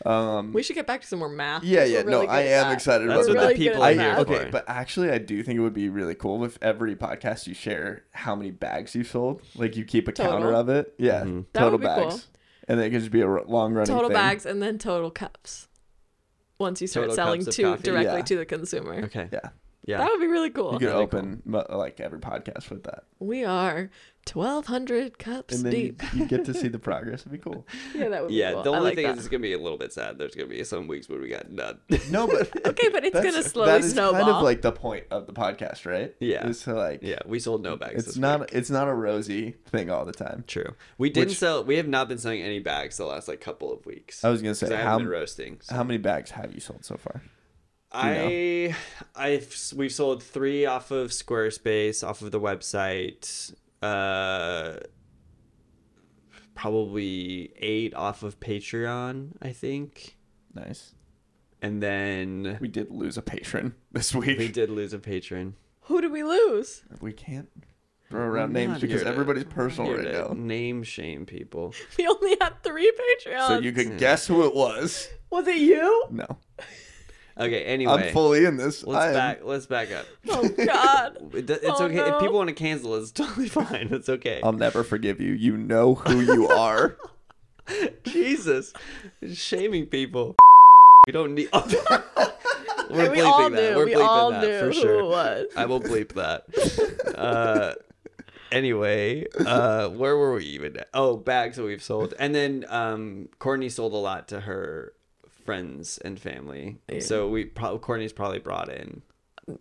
Speaker 3: Um
Speaker 2: we should get back to some more math.
Speaker 3: Yeah,
Speaker 2: 'cause
Speaker 3: yeah.
Speaker 2: we're
Speaker 3: No,
Speaker 2: really good
Speaker 3: I
Speaker 2: at
Speaker 3: am
Speaker 2: that.
Speaker 3: excited
Speaker 1: That's
Speaker 2: We're
Speaker 1: what
Speaker 2: really
Speaker 1: the
Speaker 2: good
Speaker 1: people
Speaker 2: at
Speaker 1: are here
Speaker 2: math.
Speaker 1: for.
Speaker 3: okay, but actually, I do think it would be really cool if every podcast you share how many bags you've sold. Like you keep a
Speaker 2: Total.
Speaker 3: counter of it. Yeah,
Speaker 1: Mm-hmm.
Speaker 2: That
Speaker 3: total
Speaker 2: would be cool.
Speaker 3: bags, and then it could just be a long running
Speaker 2: Total
Speaker 3: thing.
Speaker 2: bags and then total cups. Once you start
Speaker 1: Total
Speaker 2: selling
Speaker 1: cups of
Speaker 2: to
Speaker 1: coffee.
Speaker 2: directly
Speaker 3: Yeah.
Speaker 2: to the consumer.
Speaker 1: Okay.
Speaker 3: Yeah,
Speaker 1: Yeah.
Speaker 2: That would be really
Speaker 3: you
Speaker 2: cool.
Speaker 3: could
Speaker 1: that'd be
Speaker 3: open mo- like every podcast with that,
Speaker 2: We are 1,200 cups
Speaker 3: and then you,
Speaker 2: deep.
Speaker 3: you get to see the progress. It'd be cool.
Speaker 2: Yeah, that would be
Speaker 1: Yeah,
Speaker 2: cool.
Speaker 1: the
Speaker 2: I
Speaker 1: only
Speaker 2: like
Speaker 1: thing
Speaker 2: that.
Speaker 1: is it's gonna be a little bit sad. There's gonna be some weeks where we got none.
Speaker 3: No, but
Speaker 2: Okay, but it's
Speaker 3: that's-
Speaker 2: gonna slowly
Speaker 3: that is
Speaker 2: snowball.
Speaker 3: Kind of like the point of the podcast, right?
Speaker 1: Yeah.
Speaker 3: is to like
Speaker 1: yeah, we sold no bags.
Speaker 3: it's
Speaker 1: this
Speaker 3: not
Speaker 1: week.
Speaker 3: it's not a rosy thing all the time.
Speaker 1: true. We didn't
Speaker 3: Which-
Speaker 1: sell. We have not been selling any bags the last like couple of weeks.
Speaker 3: I was gonna
Speaker 1: 'Cause
Speaker 3: say
Speaker 1: I
Speaker 3: how
Speaker 1: haven't been roasting. so-
Speaker 3: how many bags have you sold so far?
Speaker 1: I I've we've sold three off of Squarespace, off of the website. Uh, probably eight off of Patreon, I think,
Speaker 3: Nice.
Speaker 1: and then
Speaker 3: We did lose a patron this week.
Speaker 1: we did lose a patron.
Speaker 2: Who did we lose?
Speaker 3: We can't throw around
Speaker 1: I'm
Speaker 3: names
Speaker 1: not
Speaker 3: because
Speaker 1: here to-
Speaker 3: everybody's
Speaker 1: I'm
Speaker 3: personal
Speaker 1: here
Speaker 3: right
Speaker 1: to
Speaker 3: now.
Speaker 1: Name shame people.
Speaker 2: We only had three Patreons.
Speaker 3: So you can guess who it was.
Speaker 2: Was it you?
Speaker 3: No,
Speaker 1: Okay. Anyway,
Speaker 3: I'm fully in this.
Speaker 1: let's
Speaker 3: I am-
Speaker 1: back. Let's back up.
Speaker 2: Oh God.
Speaker 1: It do- It's
Speaker 2: Oh,
Speaker 1: okay
Speaker 2: no.
Speaker 1: if people want to cancel. It's totally fine. It's okay.
Speaker 3: I'll never forgive you. You know who you are.
Speaker 1: Jesus, shaming people. We don't need. We're
Speaker 2: And we all
Speaker 1: bleeping
Speaker 2: knew.
Speaker 1: that. We're
Speaker 2: we
Speaker 1: bleeping
Speaker 2: all
Speaker 1: that
Speaker 2: knew
Speaker 1: for
Speaker 2: who it
Speaker 1: sure.
Speaker 2: was.
Speaker 1: I will bleep that. Uh, anyway, uh, where were we even? At? Oh, bags that we've sold, and then um, Courtney sold a lot to her friends and family. So we probably Courtney's probably brought in.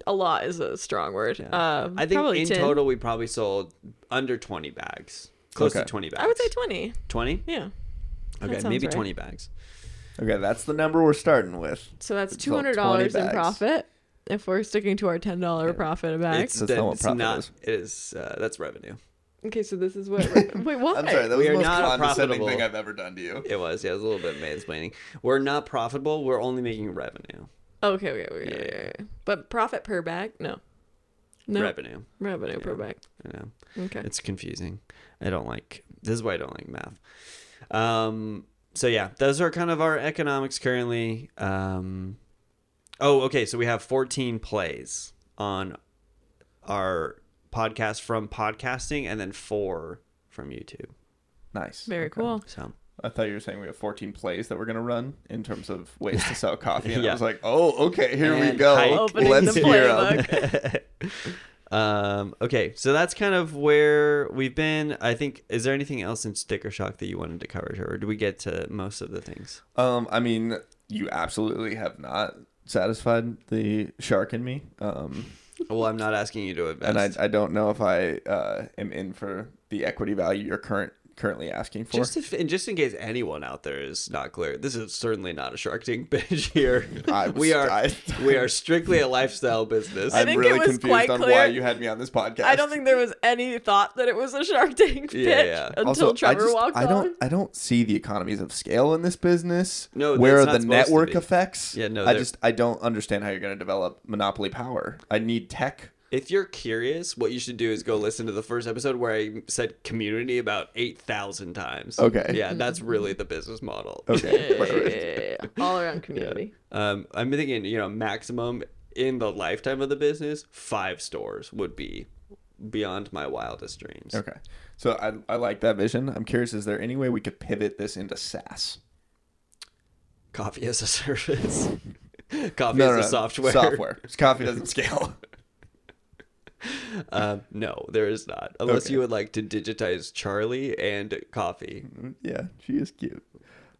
Speaker 2: A lot is a strong word. Um,
Speaker 1: I think
Speaker 2: probably
Speaker 1: in
Speaker 2: 10.
Speaker 1: total we probably sold under twenty bags, close to
Speaker 3: Okay.
Speaker 1: twenty bags.
Speaker 2: I would say twenty.
Speaker 1: twenty.
Speaker 2: Yeah. That
Speaker 1: Okay,
Speaker 2: sounds
Speaker 1: maybe
Speaker 2: right.
Speaker 1: twenty bags.
Speaker 3: Okay, that's the number we're starting with.
Speaker 2: So that's
Speaker 3: It's
Speaker 2: two
Speaker 3: about
Speaker 2: hundred
Speaker 3: 20
Speaker 2: dollars in
Speaker 3: bags.
Speaker 2: profit. If we're sticking to our ten dollar profit a bag.
Speaker 1: It's,
Speaker 3: That's not what
Speaker 1: it's
Speaker 3: profit
Speaker 1: not.
Speaker 3: is.
Speaker 1: It is. Uh, that's revenue.
Speaker 2: Okay, so this is what. Wait, what?
Speaker 3: I'm sorry, that was
Speaker 1: We
Speaker 3: the
Speaker 1: are
Speaker 3: most
Speaker 1: not a
Speaker 3: condescending
Speaker 1: profitable-
Speaker 3: thing I've ever done to you.
Speaker 1: It was. Yeah, it was a little bit mansplaining. We're not profitable. We're only making revenue.
Speaker 2: Oh, Okay, okay, okay,
Speaker 1: Yeah,
Speaker 2: okay, okay. But profit per bag? No. No.
Speaker 1: Revenue.
Speaker 2: Revenue per bag.
Speaker 1: I know.
Speaker 2: Okay.
Speaker 1: It's confusing. I don't like. This is why I don't like math. Um. So yeah, those are kind of our economics currently. Um. Oh, okay. So we have 14 plays on our podcast from podcasting, and then four from YouTube.
Speaker 3: Nice.
Speaker 2: Very
Speaker 3: Okay.
Speaker 2: cool.
Speaker 1: So
Speaker 3: I thought you were saying we have 14 plays that we're gonna run in terms of ways to sell coffee, and
Speaker 1: Yeah.
Speaker 3: I was like, oh, okay, here
Speaker 1: And
Speaker 3: we go.
Speaker 1: hike.
Speaker 2: Opening
Speaker 3: Let's
Speaker 2: the
Speaker 3: hear 'em.
Speaker 2: playbook.
Speaker 1: um, okay, so that's kind of where we've been. I think. Is there anything else in Sticker Shock that you wanted to cover, or do we get to most of the things?
Speaker 3: Um, I mean, you absolutely have not satisfied the shark in me. Um,
Speaker 1: Well, I'm not asking you to invest.
Speaker 3: and I, I don't know if I uh, am in for the equity value you're current currently asking for.
Speaker 1: just if, and just in case anyone out there is not clear, this is certainly not a Shark Tank pitch here.
Speaker 3: I was-
Speaker 1: we are
Speaker 3: I-
Speaker 1: we are strictly a lifestyle business.
Speaker 2: I
Speaker 3: I'm
Speaker 2: think it
Speaker 3: really
Speaker 2: was
Speaker 3: confused
Speaker 2: quite
Speaker 3: on
Speaker 2: clear.
Speaker 3: why you had me on this podcast.
Speaker 2: I don't think there was any thought that it was a Shark Tank pitch
Speaker 1: Yeah, yeah.
Speaker 2: until
Speaker 3: Also,
Speaker 2: Trevor
Speaker 3: I just,
Speaker 2: walked
Speaker 3: I don't
Speaker 2: on.
Speaker 3: I don't see the economies of scale in this business.
Speaker 1: No,
Speaker 3: where
Speaker 1: that's
Speaker 3: are
Speaker 1: not
Speaker 3: the
Speaker 1: supposed to
Speaker 3: network
Speaker 1: be.
Speaker 3: effects?
Speaker 1: Yeah, no,
Speaker 3: I
Speaker 1: they're-
Speaker 3: just I don't understand how you're going to develop monopoly power. I need tech.
Speaker 1: If you're curious, what you should do is go listen to the first episode where I said community about 8,000 times.
Speaker 3: Okay.
Speaker 1: Yeah, that's really the business model.
Speaker 3: Okay. right, right.
Speaker 2: all around community.
Speaker 1: Um, I'm thinking, you know, maximum in the lifetime of the business, five stores would be beyond my wildest dreams.
Speaker 3: Okay. So I, I like that vision. I'm curious, is there any way we could pivot this into SaaS?
Speaker 1: Coffee as a service. Coffee as
Speaker 3: No, no,
Speaker 1: a
Speaker 3: no.
Speaker 1: software.
Speaker 3: Software. Coffee doesn't scale.
Speaker 1: Um, no, there is not. Unless
Speaker 3: Okay.
Speaker 1: you would like to digitize Charlie and coffee.
Speaker 3: yeah, she is cute.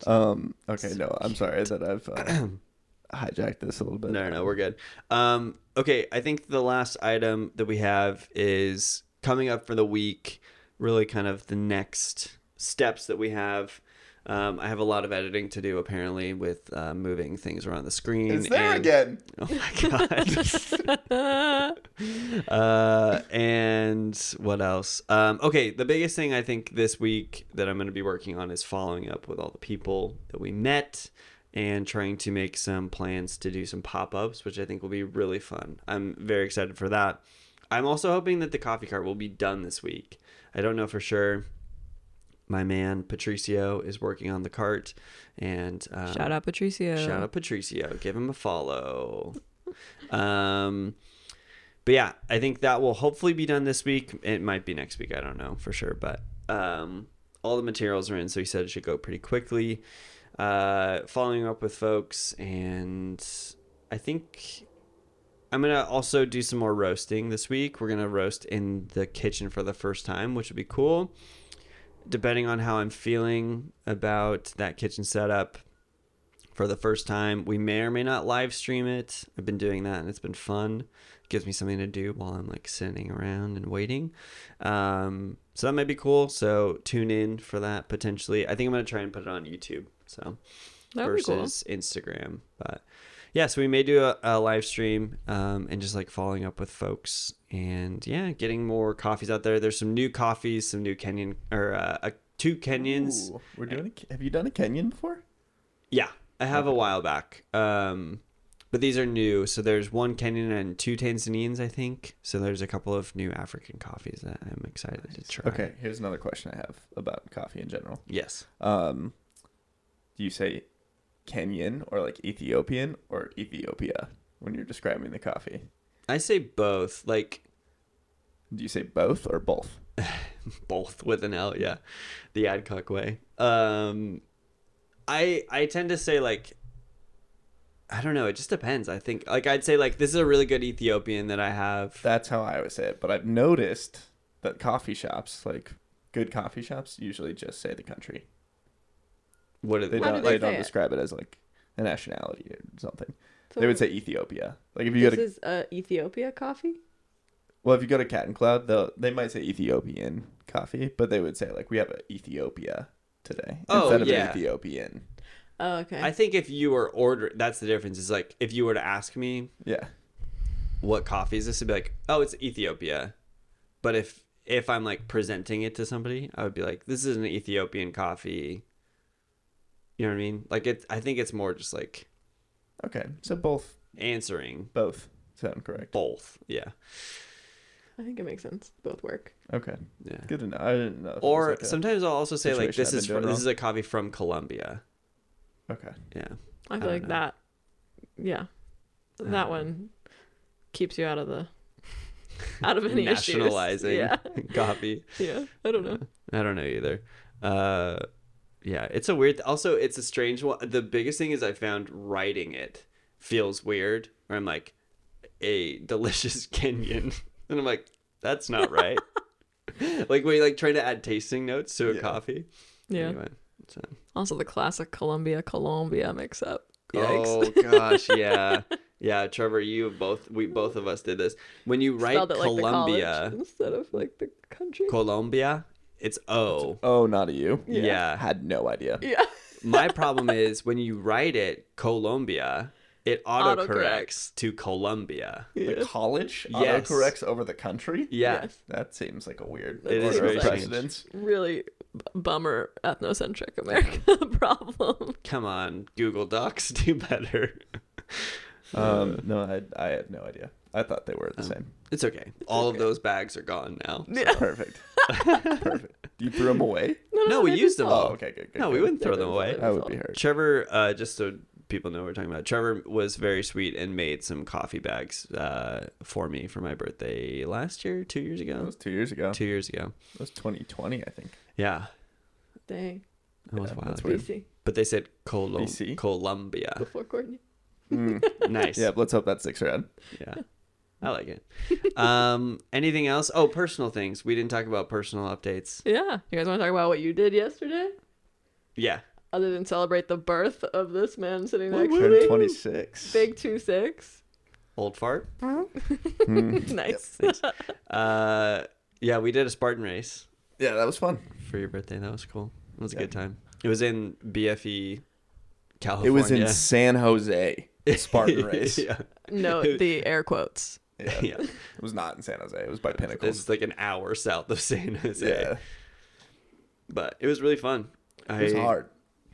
Speaker 3: Um, okay, no, I'm sorry that I've uh, hijacked this a little bit.
Speaker 1: No, no, no, we're good. Um, okay, I think the last item that we have is coming up for the week. Really, kind of the next steps that we have. Um, I have a lot of editing to do apparently with uh, moving things around the screen.
Speaker 3: It's there
Speaker 1: and-
Speaker 3: again.
Speaker 1: Oh my god. uh, and what else? Um, okay, the biggest thing I think this week that I'm going to be working on is following up with all the people that we met and trying to make some plans to do some pop-ups, which I think will be really fun. I'm very excited for that. I'm also hoping that the coffee cart will be done this week. I don't know for sure. My man Patricio is working on the cart, and um,
Speaker 2: Shout out Patricio.
Speaker 1: Shout out Patricio. Give him a follow. um, but yeah, I think that will hopefully be done this week. It might be next week. I don't know for sure. But um, all the materials are in, so he said it should go pretty quickly. Uh, following up with folks, and I think I'm gonna also do some more roasting this week. We're gonna roast in the kitchen for the first time, which would be cool. Depending on how I'm feeling about that kitchen setup, for the first time. We may or may not live stream it. I've been doing that and it's been fun. gives me something to do while I'm like sitting around and waiting. Um, so that might be cool. So tune in for that potentially. I think I'm going to try and put it on YouTube. So
Speaker 2: That'd be cool.
Speaker 1: versus Instagram. But yeah, so we may do a, a live stream um, and just like following up with folks and yeah, getting more coffees out there. There's some new coffees, some new Kenyan or uh, uh, two Kenyans.
Speaker 3: Ooh, we're doing. A, have you done a Kenyan before?
Speaker 1: Yeah, I have a while back. Um, but these are new. So there's one Kenyan and two Tanzanians, I think. So there's a couple of new African coffees that I'm excited to try.
Speaker 3: Okay, here's another question I have about coffee in general.
Speaker 1: Yes.
Speaker 3: Um, do you say Kenyan or like Ethiopian or Ethiopia when you're describing the coffee?
Speaker 1: I say both, like
Speaker 3: Do you say both or both?
Speaker 1: both with an L, yeah. The Adcock way. Um, I I tend to say like I don't know, it just depends. I think like I'd say like this is a really good Ethiopian that I have.
Speaker 3: That's how I always say it. But I've noticed that coffee shops, like good coffee shops, usually just say the country.
Speaker 1: What are
Speaker 3: They
Speaker 1: they?
Speaker 2: How do
Speaker 3: don't.
Speaker 2: they
Speaker 3: They,
Speaker 2: say
Speaker 3: don't
Speaker 2: it?
Speaker 3: describe it as like a nationality or something.
Speaker 2: So
Speaker 3: they would say Ethiopia. Like if
Speaker 2: This
Speaker 3: you go to
Speaker 2: is uh, Ethiopia coffee.
Speaker 3: well, if you go to Cat and Cloud, they will they might say Ethiopian coffee, but they would say like we have a Ethiopia today
Speaker 1: Oh,
Speaker 3: instead of
Speaker 1: yeah.
Speaker 3: an Ethiopian.
Speaker 2: Oh, okay.
Speaker 1: I think if you were order that's the difference. Is like if you were to ask me
Speaker 3: Yeah.
Speaker 1: what coffee is this? It'd be like, oh, it's Ethiopia. But if if I'm like presenting it to somebody, I would be like, this is an Ethiopian coffee. You know what I mean? Like it, I think it's more just like
Speaker 3: Okay. So both
Speaker 1: answering
Speaker 3: both sound correct.
Speaker 1: both. Yeah,
Speaker 2: I think it makes sense. Both work.
Speaker 3: Okay.
Speaker 1: yeah.
Speaker 3: Good to know. I didn't know. if it was
Speaker 1: Or
Speaker 3: like a-
Speaker 1: sometimes I'll also say like,
Speaker 3: situation
Speaker 1: this
Speaker 3: I've
Speaker 1: is
Speaker 3: been
Speaker 1: from,
Speaker 3: doing
Speaker 1: this is a coffee from Colombia.
Speaker 3: okay.
Speaker 1: Yeah,
Speaker 2: I feel
Speaker 1: don't
Speaker 2: like
Speaker 1: know.
Speaker 2: that. Yeah,
Speaker 1: don't
Speaker 2: that
Speaker 1: know.
Speaker 2: one keeps you out of the out of any issues.
Speaker 1: nationalizing
Speaker 2: Yeah,
Speaker 1: coffee.
Speaker 2: yeah. I don't know.
Speaker 1: I don't know either. Uh, yeah, it's a weird. Also, it's a strange one. The biggest thing is I found writing it feels weird. Where I'm like, a delicious Kenyan, and I'm like, that's not right. like when you like trying to add tasting notes to a
Speaker 3: Yeah.
Speaker 1: coffee.
Speaker 2: Yeah.
Speaker 1: Anyway, so.
Speaker 2: Also, the classic Colombia Colombia mix up. Yikes.
Speaker 1: Oh gosh, yeah, yeah. Trevor, you both we both of us did this when you write
Speaker 2: Spelled it like the college
Speaker 1: Colombia,
Speaker 2: instead of like the country.
Speaker 1: Colombia, it's O.
Speaker 3: Oh, not a you.
Speaker 1: Yeah.
Speaker 3: I had no idea.
Speaker 2: yeah.
Speaker 1: My problem is when you write it Colombia, it autocorrects
Speaker 2: Autocorrects.
Speaker 1: to Colombia.
Speaker 3: The college
Speaker 1: Yes.
Speaker 3: autocorrects over the country.
Speaker 1: Yeah.
Speaker 2: Yes.
Speaker 3: That seems like a weird
Speaker 2: It
Speaker 3: order
Speaker 2: is
Speaker 3: of
Speaker 2: very strange.
Speaker 3: precedence.
Speaker 2: Really b- bummer ethnocentric America problem.
Speaker 1: Come on, Google Docs, do better. Uh,
Speaker 3: Um, no, I, I had no idea. I thought they were the same.
Speaker 1: It's okay. All of those bags are gone now.
Speaker 3: Perfect. Perfect. You threw them away?
Speaker 1: No, we
Speaker 2: they
Speaker 1: used
Speaker 2: just
Speaker 1: them
Speaker 2: all-
Speaker 1: all.
Speaker 3: Oh, okay, good, good.
Speaker 1: No, we
Speaker 3: good.
Speaker 1: wouldn't throw them away.
Speaker 3: That would be hurt.
Speaker 1: Trevor, uh, just so people know what we're talking about, Trevor was very sweet and made some coffee bags uh, for me for my birthday last year, two years
Speaker 3: That
Speaker 1: ago,
Speaker 3: was two years ago.
Speaker 1: two years ago.
Speaker 3: That was 2020, I think.
Speaker 1: Yeah,
Speaker 2: Dang.
Speaker 1: that was
Speaker 3: Yeah,
Speaker 1: wild.
Speaker 3: that's weird.
Speaker 2: BC.
Speaker 1: But they said Colo-
Speaker 3: BC?
Speaker 1: Colombia.
Speaker 2: Before Courtney.
Speaker 3: Mm.
Speaker 1: nice.
Speaker 3: yeah, let's hope that sticks around.
Speaker 1: Yeah. I like it. Um, anything else? Oh, personal things. We didn't talk about personal updates.
Speaker 2: Yeah. You guys want to talk about what you did yesterday?
Speaker 1: Yeah.
Speaker 2: Other than celebrate the birth of this man sitting next to
Speaker 3: Turned
Speaker 2: me.
Speaker 3: 26.
Speaker 2: Big 2 6.
Speaker 1: Old fart.
Speaker 3: Hmm.
Speaker 2: nice.
Speaker 1: Uh, yeah, we did a Spartan race
Speaker 3: Yeah, that was fun.
Speaker 1: for your birthday. That was cool. It was a
Speaker 3: Yeah.
Speaker 1: good time. It was in BFE, California.
Speaker 3: It was in San Jose. the Spartan race. yeah.
Speaker 1: yeah.
Speaker 2: no, the air quotes.
Speaker 1: yeah.
Speaker 3: It was not in San Jose. It was by Pinnacles.
Speaker 1: It's like an hour south of San Jose.
Speaker 3: Yeah.
Speaker 1: But it was really fun. I,
Speaker 3: It was hard,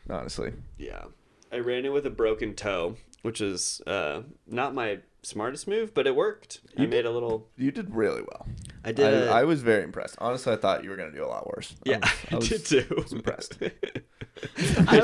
Speaker 3: honestly.
Speaker 1: Yeah. I ran it with a broken toe, which is uh, not my smartest move, but it worked. I
Speaker 3: You
Speaker 1: made a little.
Speaker 3: You did really well.
Speaker 1: I did. a-
Speaker 3: I, I was very impressed. Honestly, I thought you were going to do a lot worse.
Speaker 1: yeah,
Speaker 3: Oh,
Speaker 1: I,
Speaker 3: I, was, I was-
Speaker 1: did too.
Speaker 3: impressed.
Speaker 1: I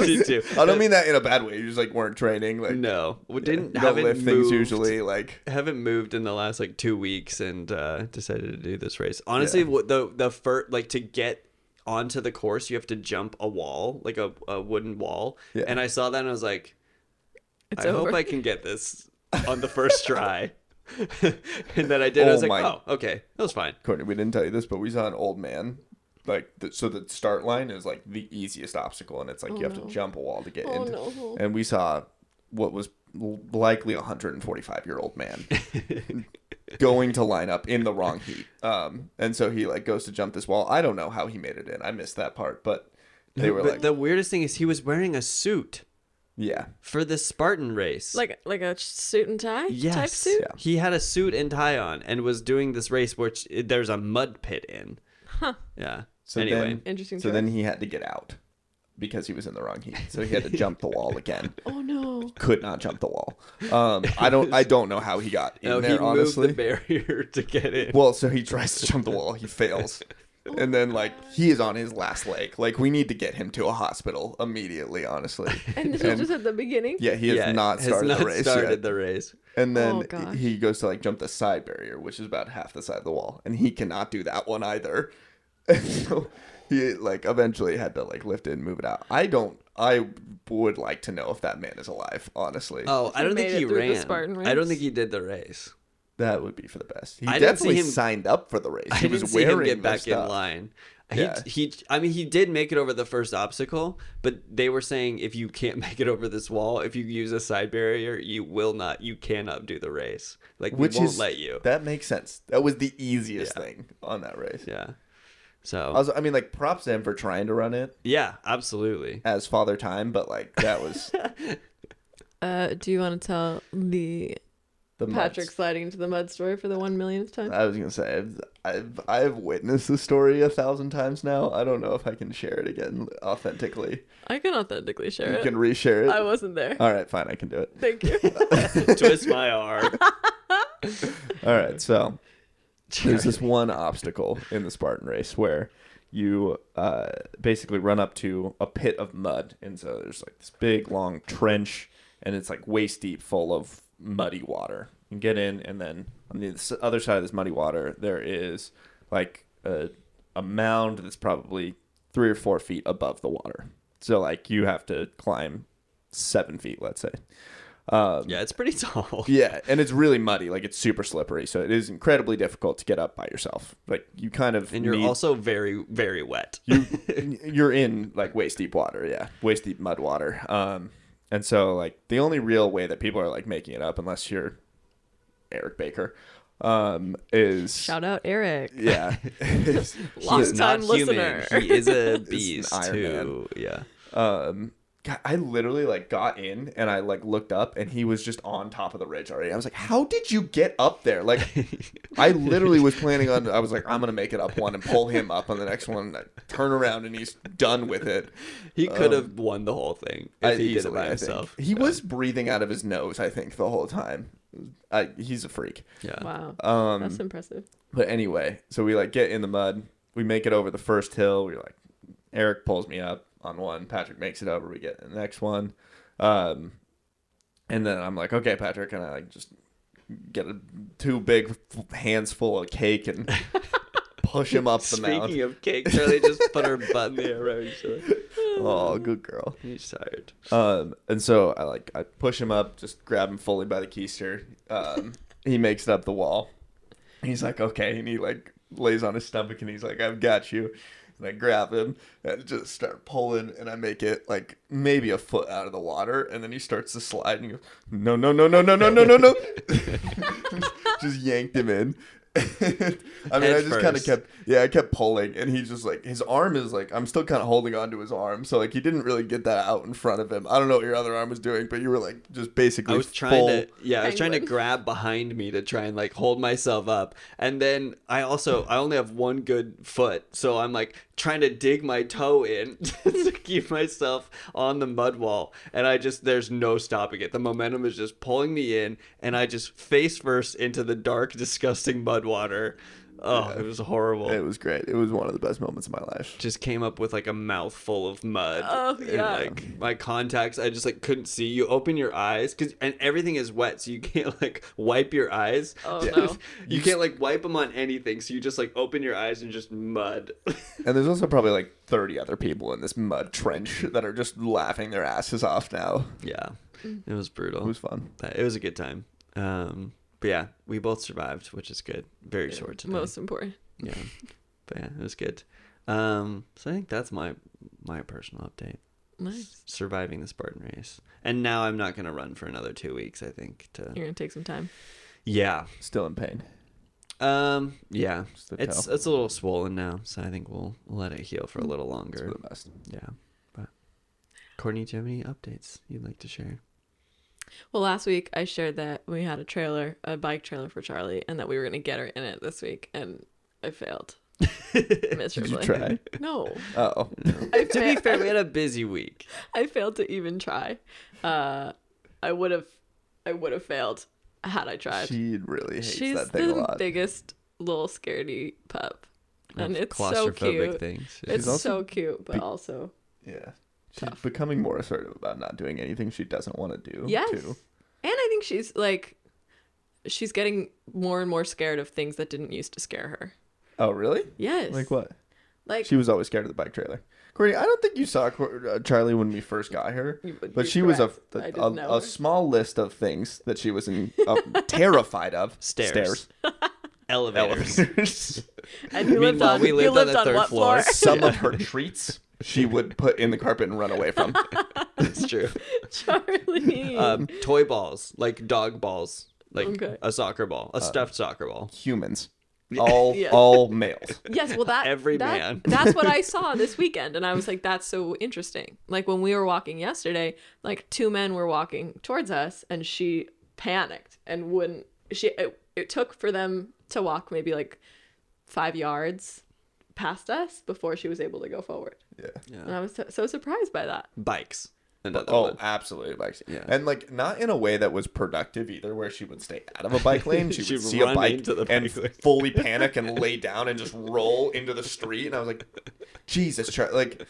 Speaker 1: did too.
Speaker 3: I don't mean that in a bad way. You just like weren't training. Like
Speaker 1: No, we didn't
Speaker 3: you
Speaker 1: have
Speaker 3: don't lift things usually. Like
Speaker 1: haven't moved in the last like two weeks and uh, decided to do this race. Honestly, what the the first like to get onto the course, you have to jump a wall, like a, a wooden wall.
Speaker 3: Yeah.
Speaker 1: And I saw that and I was like,
Speaker 2: It's
Speaker 1: I
Speaker 2: over.
Speaker 1: hope I can get this on the first try. and then I did. I
Speaker 3: Oh
Speaker 1: was like,
Speaker 3: my-
Speaker 1: oh, okay, that was fine.
Speaker 3: Courtney, we didn't tell you this, but we saw an old man. Like the, so, the start line is like the easiest obstacle, and
Speaker 1: Oh,
Speaker 3: it's like you have
Speaker 2: no.
Speaker 3: to jump a wall to get
Speaker 2: Oh,
Speaker 3: in.
Speaker 2: no.
Speaker 3: And we saw what was l- likely a 145 year old man going to line up in the wrong heat. Um, and so he like goes to jump this wall. I don't know how he made it in. I missed that part, but they were
Speaker 1: but
Speaker 3: like,
Speaker 1: the weirdest thing is he was wearing a suit
Speaker 3: yeah,
Speaker 1: for this Spartan race.
Speaker 2: Like like a suit and tie
Speaker 1: yes,
Speaker 2: type suit.
Speaker 3: Yeah.
Speaker 1: he had a suit and tie on and was doing this race, which eh, there's a mud pit in. Huh. Yeah.
Speaker 3: So
Speaker 1: anyway,
Speaker 3: then,
Speaker 2: Interesting
Speaker 3: So then he had to get out because he was in the wrong heat. So he had to jump the wall again.
Speaker 2: Oh no.
Speaker 3: Could not jump the wall. Um, I don't. I don't know how he got in
Speaker 1: no, he
Speaker 3: there.
Speaker 1: moved
Speaker 3: honestly,
Speaker 1: the barrier to get in.
Speaker 3: well, so he tries to jump the wall. He fails. And then, like, he is on his last leg. Like, we need to get him to a hospital immediately, honestly.
Speaker 2: And this was just at the beginning.
Speaker 3: Yeah, he has not started
Speaker 1: has not
Speaker 3: the race
Speaker 1: started
Speaker 3: yet.
Speaker 1: the race.
Speaker 3: And
Speaker 2: Oh,
Speaker 3: then
Speaker 2: gosh.
Speaker 3: he goes to, like, jump the side barrier, which is about half the side of the wall. And he cannot do that one either. And so he, like, eventually had to, like, lift it and move it out. I don't, I would like to know if that man is alive, honestly.
Speaker 1: Oh, I
Speaker 2: he
Speaker 1: don't
Speaker 2: made
Speaker 1: think
Speaker 2: it
Speaker 1: he
Speaker 2: through the
Speaker 1: ran.
Speaker 2: Spartan
Speaker 1: I don't
Speaker 2: race?
Speaker 1: think he did the race.
Speaker 3: That would be for the best. He
Speaker 1: I didn't see
Speaker 3: definitely
Speaker 1: him-
Speaker 3: signed up for the race.
Speaker 1: I
Speaker 3: he
Speaker 1: didn't
Speaker 3: was
Speaker 1: see him
Speaker 3: wearing
Speaker 1: get
Speaker 3: the
Speaker 1: back in
Speaker 3: stuff.
Speaker 1: line.
Speaker 3: Yeah.
Speaker 1: He, he, I mean, he did make it over the first obstacle, but they were saying if you can't make it over this wall, if you use a side barrier, you will not, you cannot do the race. Like we won't let you.
Speaker 3: That makes sense. That was the easiest thing on that race.
Speaker 1: yeah. So
Speaker 3: Also, I mean, like props to him for trying to run it
Speaker 1: yeah, absolutely.
Speaker 3: as Father Time, but like that was
Speaker 2: Uh, do you want to tell the
Speaker 3: the Uh,
Speaker 2: Patrick
Speaker 3: Patrick's.
Speaker 2: sliding into the mud story for the one millionth time?
Speaker 3: I was gonna say I've, I've I've witnessed the story a thousand times now. I don't know if I can share it again authentically.
Speaker 2: I can authentically share
Speaker 3: You
Speaker 2: it.
Speaker 3: can Um, reshare it.
Speaker 2: Uh, I wasn't there.
Speaker 3: All right, fine, I can do it.
Speaker 2: Thank you.
Speaker 1: Twist my arm.
Speaker 3: All right, so there's this one obstacle in the Spartan race where you uh, basically run up to a pit of mud, and so there's like this big long trench, and it's like waist deep full of muddy water. You get in, and then on the s- other side of this muddy water, there is like a, a mound that's probably three or four feet above the water. So like you have to climb seven feet, let's say. Um,
Speaker 1: Yeah, it's pretty tall.
Speaker 3: yeah, and it's really muddy. Like it's super slippery, so it is incredibly difficult to get up by yourself. Like you kind of
Speaker 1: And you're
Speaker 3: need-
Speaker 1: also very, very wet.
Speaker 3: you you're in like waist deep water. Yeah, waist deep mud water. Um, and so like the only real way that people are like making it up, unless you're Eric Baker, um, is
Speaker 2: Shout out Eric.
Speaker 3: yeah, is-
Speaker 1: He's
Speaker 2: Long-time
Speaker 1: not human.
Speaker 2: listener.
Speaker 1: He is a
Speaker 3: He's an
Speaker 1: beast
Speaker 3: Iron
Speaker 1: too. Yeah.
Speaker 3: um, God, I literally like got in and I like looked up and he was just on top of the ridge already. I was like, "How did you get up there?" Like, I literally was planning on. I was like, "I'm gonna make it up one and pull him up on the next one." I turn around and he's done with it.
Speaker 1: He could have won the whole thing
Speaker 3: I-
Speaker 1: if he did it
Speaker 3: easily, I
Speaker 1: by
Speaker 3: think.
Speaker 1: himself.
Speaker 3: He was breathing out of his nose, I think, the whole time. I, he's a freak.
Speaker 1: Yeah.
Speaker 2: Wow.
Speaker 3: Um,
Speaker 2: That's impressive.
Speaker 3: But anyway, so we like get in the mud. We make it over the first hill. We're like, Eric pulls me up on one. Patrick makes it over. We get the next one. Um, and then I'm like, okay, Patrick, and I like just get a, two big f- hands full of cake and push him up the
Speaker 1: Speaking
Speaker 3: mountain.
Speaker 1: of cake, Charlie just put her butt in the air around each other.
Speaker 3: oh, good girl.
Speaker 1: He's tired.
Speaker 3: Um, and so I like I push him up, just grab him fully by the keister. Um, he makes it up the wall. He's like, okay, and he like lays on his stomach and he's like, I've got you. And I grab him and just start pulling, and I make it like maybe a foot out of the water, and then he starts to slide and he goes, no, no, no, no, no, no, no, no, no. just yanked him in. I mean, I
Speaker 1: Head
Speaker 3: just kind of
Speaker 1: first.
Speaker 3: kept yeah, I kept pulling, and he just like his arm is like I'm still kind of holding on to his arm, so like he didn't really get that out in front of him. I don't know what your other arm was doing, but you were like just basically.
Speaker 1: I was trying
Speaker 3: full-
Speaker 1: to yeah, I was trying to
Speaker 2: Penguin.
Speaker 1: grab behind me to try and like hold myself up. And then I also I only have one good foot, so I'm like trying to dig my toe in to keep myself on the mud wall. And I just there's no stopping it. The momentum is just pulling me in and I just face first into the dark, disgusting mud water. Oh, it was horrible.
Speaker 3: It was great. It was one of the best moments of my life.
Speaker 1: just came up with like a mouthful of mud.
Speaker 2: Oh,
Speaker 1: And,
Speaker 2: yeah.
Speaker 1: like my contacts, I just like couldn't see. You open your eyes because and everything is wet, so you can't like wipe your eyes.
Speaker 2: Oh, Yeah. no.
Speaker 1: you can't like wipe them on anything. So you just like open your eyes and just mud.
Speaker 3: And there's also probably like 30 other people in this mud trench that are just laughing their asses off now.
Speaker 1: yeah,
Speaker 2: Mm.
Speaker 1: it was brutal.
Speaker 3: It was fun.
Speaker 1: it was a good time. Um, but yeah, we both survived, which is good. Very short today.
Speaker 2: Most important.
Speaker 1: Yeah, but yeah, it was good. Um, so I think that's my my personal update.
Speaker 2: Nice.
Speaker 1: surviving the Spartan race. And now I'm not going to run for another 2 weeks, I think to
Speaker 2: You're gonna take some time.
Speaker 1: Yeah.
Speaker 3: Still in pain.
Speaker 1: Um yeah.
Speaker 3: Just the
Speaker 1: It's
Speaker 3: toe.
Speaker 1: it's a little swollen now, so I think we'll we'll let it heal for a little
Speaker 3: It's
Speaker 1: longer.
Speaker 3: for the best.
Speaker 1: Yeah. But Courtney, do you have any updates you'd like to share?
Speaker 2: Well, last week I shared that we had a trailer, a bike trailer for Charlie, and that we were gonna get her in it this week, and I failed
Speaker 3: Did
Speaker 2: miserably.
Speaker 3: you try?
Speaker 2: No,
Speaker 3: Oh,
Speaker 2: I
Speaker 1: to be
Speaker 2: fa-
Speaker 1: fair, we had a busy week.
Speaker 2: I failed to even try. Uh, I would have, I would have failed had I tried.
Speaker 3: she really hates
Speaker 2: She's
Speaker 3: that thing a
Speaker 2: the
Speaker 3: lot.
Speaker 2: biggest little scaredy pup, and
Speaker 1: Of
Speaker 2: it's so cute.
Speaker 1: things. Yeah.
Speaker 2: It's
Speaker 3: also
Speaker 2: so cute, but
Speaker 3: big-
Speaker 2: also
Speaker 3: Yeah. She's becoming more assertive about not doing anything she doesn't want to do.
Speaker 2: Yes.
Speaker 3: Oh, Too.
Speaker 2: And I think she's like she's getting more and more scared of things that didn't used to scare her.
Speaker 3: Oh, really?
Speaker 2: Yes.
Speaker 3: Like what?
Speaker 2: Like
Speaker 3: She was always scared of the bike trailer. Courtney, I don't think you saw Cor- uh, Charlie when we first got her,
Speaker 2: You-
Speaker 3: but
Speaker 2: you're
Speaker 3: she was a,
Speaker 2: correct. I
Speaker 3: a,
Speaker 2: didn't know
Speaker 3: a,
Speaker 2: her.
Speaker 3: small list of things that she was in, uh, terrified of.
Speaker 1: Stairs.
Speaker 3: Stairs.
Speaker 1: Elevators.
Speaker 3: Elevators.
Speaker 2: and you lived
Speaker 1: Meanwhile,
Speaker 2: on
Speaker 1: we
Speaker 2: you
Speaker 1: lived on the third
Speaker 2: what
Speaker 1: floor.
Speaker 3: Some of her treats she would put in the carpet and run away from.
Speaker 1: That's true.
Speaker 2: Charlie.
Speaker 1: Um, toy balls, like dog balls, like
Speaker 2: Okay.
Speaker 1: a soccer ball, a stuffed soccer ball.
Speaker 3: Humans. All
Speaker 2: Yeah.
Speaker 3: all males.
Speaker 2: yes, well that
Speaker 1: every
Speaker 2: that-
Speaker 1: man.
Speaker 2: that's what I saw this weekend and I was like that's so interesting. Like when we were walking yesterday, like two men were walking towards us and she panicked and wouldn't she it, it took for them to walk maybe like 5 yards past us before she was able to go forward.
Speaker 3: Yeah.
Speaker 2: And I was so, so surprised by that.
Speaker 1: Bikes. Another
Speaker 3: Oh,
Speaker 1: one.
Speaker 3: absolutely bikes.
Speaker 1: Yeah.
Speaker 3: And like not in a way that was productive either, where she would stay out of a bike lane. She
Speaker 1: She'd
Speaker 3: would see a
Speaker 1: run
Speaker 3: bike
Speaker 1: into the
Speaker 3: and
Speaker 1: bike lane.
Speaker 3: fully panic and lay down and just roll into the street. And I was like, Jesus, Char-. like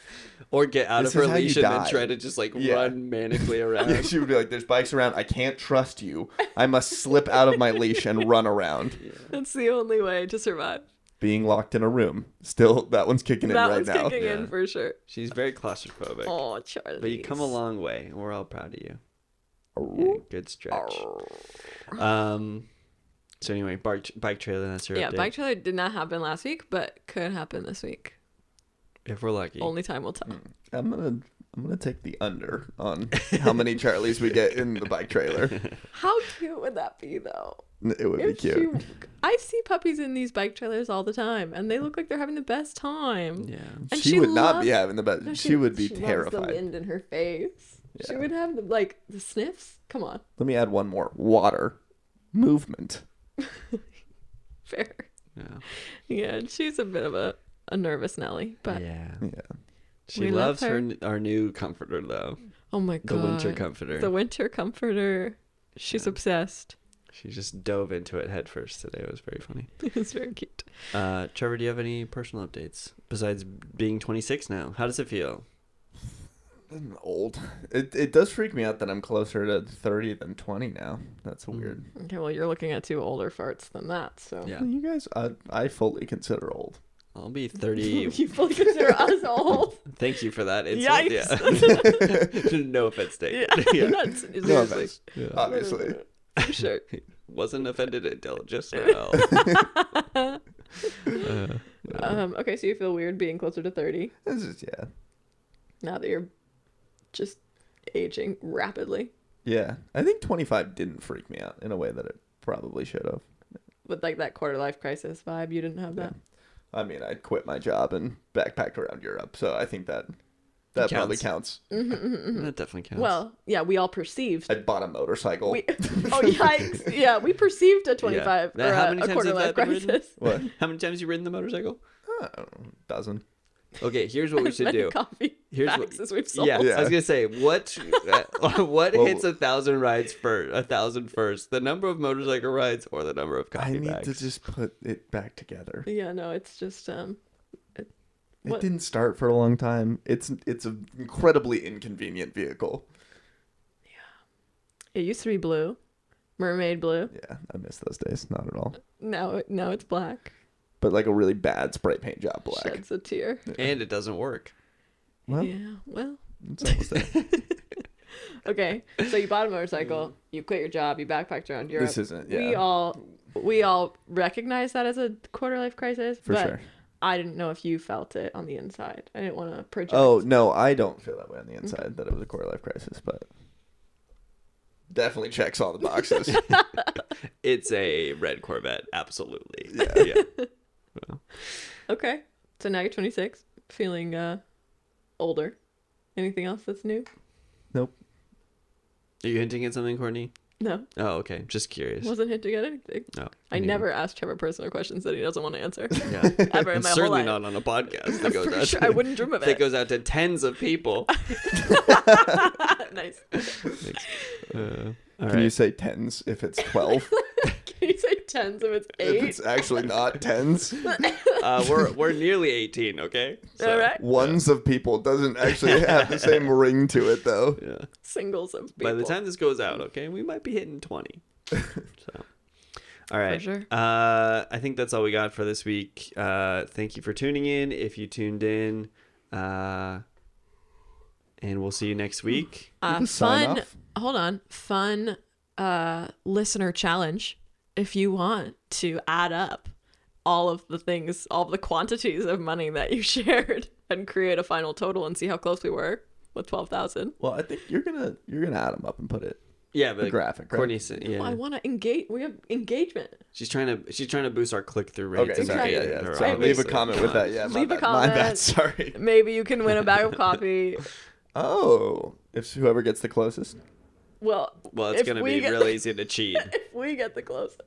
Speaker 1: Or get out
Speaker 3: This
Speaker 1: of
Speaker 3: is
Speaker 1: her
Speaker 3: how you
Speaker 1: leash and then
Speaker 3: die.
Speaker 1: try to just like
Speaker 3: Yeah.
Speaker 1: run manically around.
Speaker 3: she would be like, "There's bikes around. I can't trust you. I must slip out of my leash and run around."
Speaker 2: That's the only way to survive.
Speaker 3: Being locked in a room, still that one's kicking
Speaker 2: that
Speaker 3: in right
Speaker 2: one's
Speaker 3: now.
Speaker 2: kicking
Speaker 1: Yeah.
Speaker 2: in for sure.
Speaker 1: She's very claustrophobic.
Speaker 2: Oh, Charlie.
Speaker 1: but you come a long way. and We're all proud of you. Yeah, good stretch. Um. So anyway, bike bike trailer. That's her
Speaker 2: Yeah,
Speaker 1: update.
Speaker 2: bike trailer did not happen last week, but could happen this week.
Speaker 1: if we're lucky.
Speaker 2: Only time will tell.
Speaker 1: Mm.
Speaker 3: I'm gonna. I'm gonna take the under on how many Charlies we get in the bike trailer.
Speaker 2: How cute would that be, though?
Speaker 3: It would be
Speaker 2: If
Speaker 3: cute.
Speaker 2: you- I see puppies in these bike trailers all the time, and they look like they're having the best time.
Speaker 1: Yeah.
Speaker 2: And
Speaker 3: she,
Speaker 2: she
Speaker 3: would not
Speaker 2: loves-
Speaker 3: be having the best.
Speaker 2: No,
Speaker 3: she, would be
Speaker 2: she loves the
Speaker 3: terrified.
Speaker 2: wind in her face. She
Speaker 3: Yeah.
Speaker 2: would have the, like the sniffs. Come on,
Speaker 3: Let me add one more. Water. Movement.
Speaker 2: fair.
Speaker 1: Yeah.
Speaker 2: Yeah, and she's a bit of a, a nervous Nelly, but
Speaker 1: yeah.
Speaker 3: Yeah.
Speaker 1: She
Speaker 2: We
Speaker 1: loves
Speaker 2: love
Speaker 1: her.
Speaker 2: her.
Speaker 1: n our new comforter though.
Speaker 2: oh my
Speaker 1: The
Speaker 2: god,
Speaker 1: winter comforter.
Speaker 2: the winter comforter. She's
Speaker 1: Yeah.
Speaker 2: obsessed.
Speaker 1: She just dove into it head first today. It was very funny.
Speaker 2: it's very cute.
Speaker 1: Uh, Trevor, do you have any personal updates besides being 26 now? How does it feel?
Speaker 3: I'm old. It, it does freak me out that I'm closer to 30 than 20 now. That's
Speaker 1: Mm.
Speaker 3: weird.
Speaker 2: Okay, well, you're looking at two older farts than that, so
Speaker 1: Yeah.
Speaker 3: You guys, I, I fully consider old.
Speaker 1: I'll be 30.
Speaker 2: you fully consider us old.
Speaker 1: Thank you for that. It's
Speaker 2: Yikes.
Speaker 1: Yeah. no offense taken.
Speaker 2: Yeah,
Speaker 1: Yeah.
Speaker 2: that's
Speaker 3: No
Speaker 2: seriously.
Speaker 3: offense,
Speaker 1: Yeah.
Speaker 3: obviously.
Speaker 2: I'm sure.
Speaker 1: Wasn't offended until just now. Uh,
Speaker 2: Um, okay, so you feel weird being closer to 30
Speaker 3: This is, yeah.
Speaker 2: now that you're just aging rapidly
Speaker 3: Yeah. I think 25 didn't freak me out in a way that it probably should have.
Speaker 2: with like that quarter life crisis vibe. You didn't have that.
Speaker 3: I mean, I quit my job and backpacked around Europe, so I think that that probably counts.
Speaker 1: that definitely counts.
Speaker 2: Well, yeah, we all perceived.
Speaker 3: I bought a motorcycle.
Speaker 2: We, oh yikes! Yeah, we perceived a 25
Speaker 1: Now,
Speaker 2: or
Speaker 1: how
Speaker 2: a-
Speaker 1: many
Speaker 2: a,
Speaker 1: times
Speaker 2: quarter
Speaker 1: has
Speaker 2: life
Speaker 1: that been written?
Speaker 2: crisis.
Speaker 3: what?
Speaker 1: how many times you ridden the motorcycle?
Speaker 3: I don't know, dozen.
Speaker 1: Okay, here's what we
Speaker 2: As
Speaker 1: should
Speaker 2: many
Speaker 1: do.
Speaker 2: Coffee
Speaker 1: Here's what-
Speaker 2: packs as we've sold.
Speaker 1: Yeah, I
Speaker 3: Yeah.
Speaker 1: was gonna say what uh, what
Speaker 3: Well-
Speaker 1: hits a thousand rides first, a thousand first, the number of motorcycle rides or the number of
Speaker 3: I
Speaker 1: coffee
Speaker 3: need
Speaker 1: bags.
Speaker 3: to just put it back together.
Speaker 2: Yeah, no, it's just um, What?
Speaker 3: It didn't start for a long time. It's it's an incredibly inconvenient vehicle.
Speaker 2: it used to be blue, mermaid blue.
Speaker 3: Yeah, I miss those days. Not at all.
Speaker 2: Now, it- now it's black.
Speaker 3: But like a really bad spray paint job, black.
Speaker 2: Sheds a tear.
Speaker 1: and it doesn't work.
Speaker 3: Well,
Speaker 2: Yeah. Well.
Speaker 3: it's almost there.
Speaker 2: Okay, so you bought a motorcycle, you quit your job, you backpacked around Europe.
Speaker 3: this isn't. Yeah,
Speaker 2: We all we all recognize that as a quarter life crisis,
Speaker 3: for
Speaker 2: but
Speaker 3: sure.
Speaker 2: I didn't know if you felt it on the inside. I didn't want to project.
Speaker 3: Oh no, I don't feel that way on the inside that it was a quarter life crisis, but definitely checks all the boxes.
Speaker 1: It's a red Corvette, absolutely.
Speaker 3: Yeah.
Speaker 2: Okay, so now you're 26, feeling uh older. Anything else that's new?
Speaker 1: Are you hinting at something, Courtney?
Speaker 2: No,
Speaker 1: Oh, okay. Just curious. Oh,
Speaker 2: wasn't hinting at anything.
Speaker 1: No,
Speaker 2: I never asked Trevor personal questions that he doesn't want to answer
Speaker 1: Yeah.
Speaker 2: ever in
Speaker 1: And
Speaker 2: my whole
Speaker 1: certainly
Speaker 2: life.
Speaker 1: not on a podcast that goes
Speaker 2: For
Speaker 1: out.
Speaker 2: sure,
Speaker 1: to,
Speaker 2: I wouldn't dream of
Speaker 1: that
Speaker 2: it.
Speaker 1: goes out to tens of people.
Speaker 2: nice.
Speaker 1: Uh, all
Speaker 3: Can you
Speaker 1: right.
Speaker 3: say tens if it's twelve?
Speaker 2: Can you say tens if it's
Speaker 3: if
Speaker 2: eight?
Speaker 3: it's actually not tens,
Speaker 1: uh, we're we're nearly eighteen. Okay.
Speaker 2: All right,
Speaker 3: ones of people doesn't actually have the same ring to it though.
Speaker 1: Yeah.
Speaker 2: singles of
Speaker 1: By
Speaker 2: people.
Speaker 1: the time this goes out, okay, we might be hitting twenty. so, all right.
Speaker 2: sure.
Speaker 1: Uh, I think that's all we got for this week. Uh, thank you for tuning in. If you tuned in, uh, and we'll see you next week.
Speaker 3: You
Speaker 2: uh,
Speaker 3: can sign
Speaker 2: fun
Speaker 3: off.
Speaker 2: hold on fun uh listener challenge if you want to add up all of the things all the quantities of money that you shared and create a final total and see how close we were with 12,000
Speaker 3: Well, I think you're gonna you're gonna add them up and put it.
Speaker 1: Yeah, but
Speaker 3: The graphic, right?
Speaker 1: Courtney, said- yeah,
Speaker 2: Well, I want to engage we have engagement
Speaker 1: she's trying to she's trying to boost our click through rates.
Speaker 3: Okay,
Speaker 1: and
Speaker 3: sorry. Yeah,
Speaker 1: get
Speaker 3: yeah.
Speaker 1: her
Speaker 3: Sorry.
Speaker 1: on,
Speaker 3: Leave a
Speaker 1: so
Speaker 3: comment
Speaker 1: come
Speaker 3: with
Speaker 1: on.
Speaker 3: that. Yeah, my
Speaker 2: Leave a
Speaker 3: bad. My bad.
Speaker 2: comment.
Speaker 3: Sorry.
Speaker 2: maybe you can win a bag of coffee
Speaker 3: Oh, if whoever gets the closest.
Speaker 2: well
Speaker 1: Well, it's
Speaker 2: if
Speaker 1: gonna
Speaker 2: we
Speaker 1: be
Speaker 2: get
Speaker 1: real
Speaker 2: the,
Speaker 1: easy to cheat.
Speaker 2: if we get the closest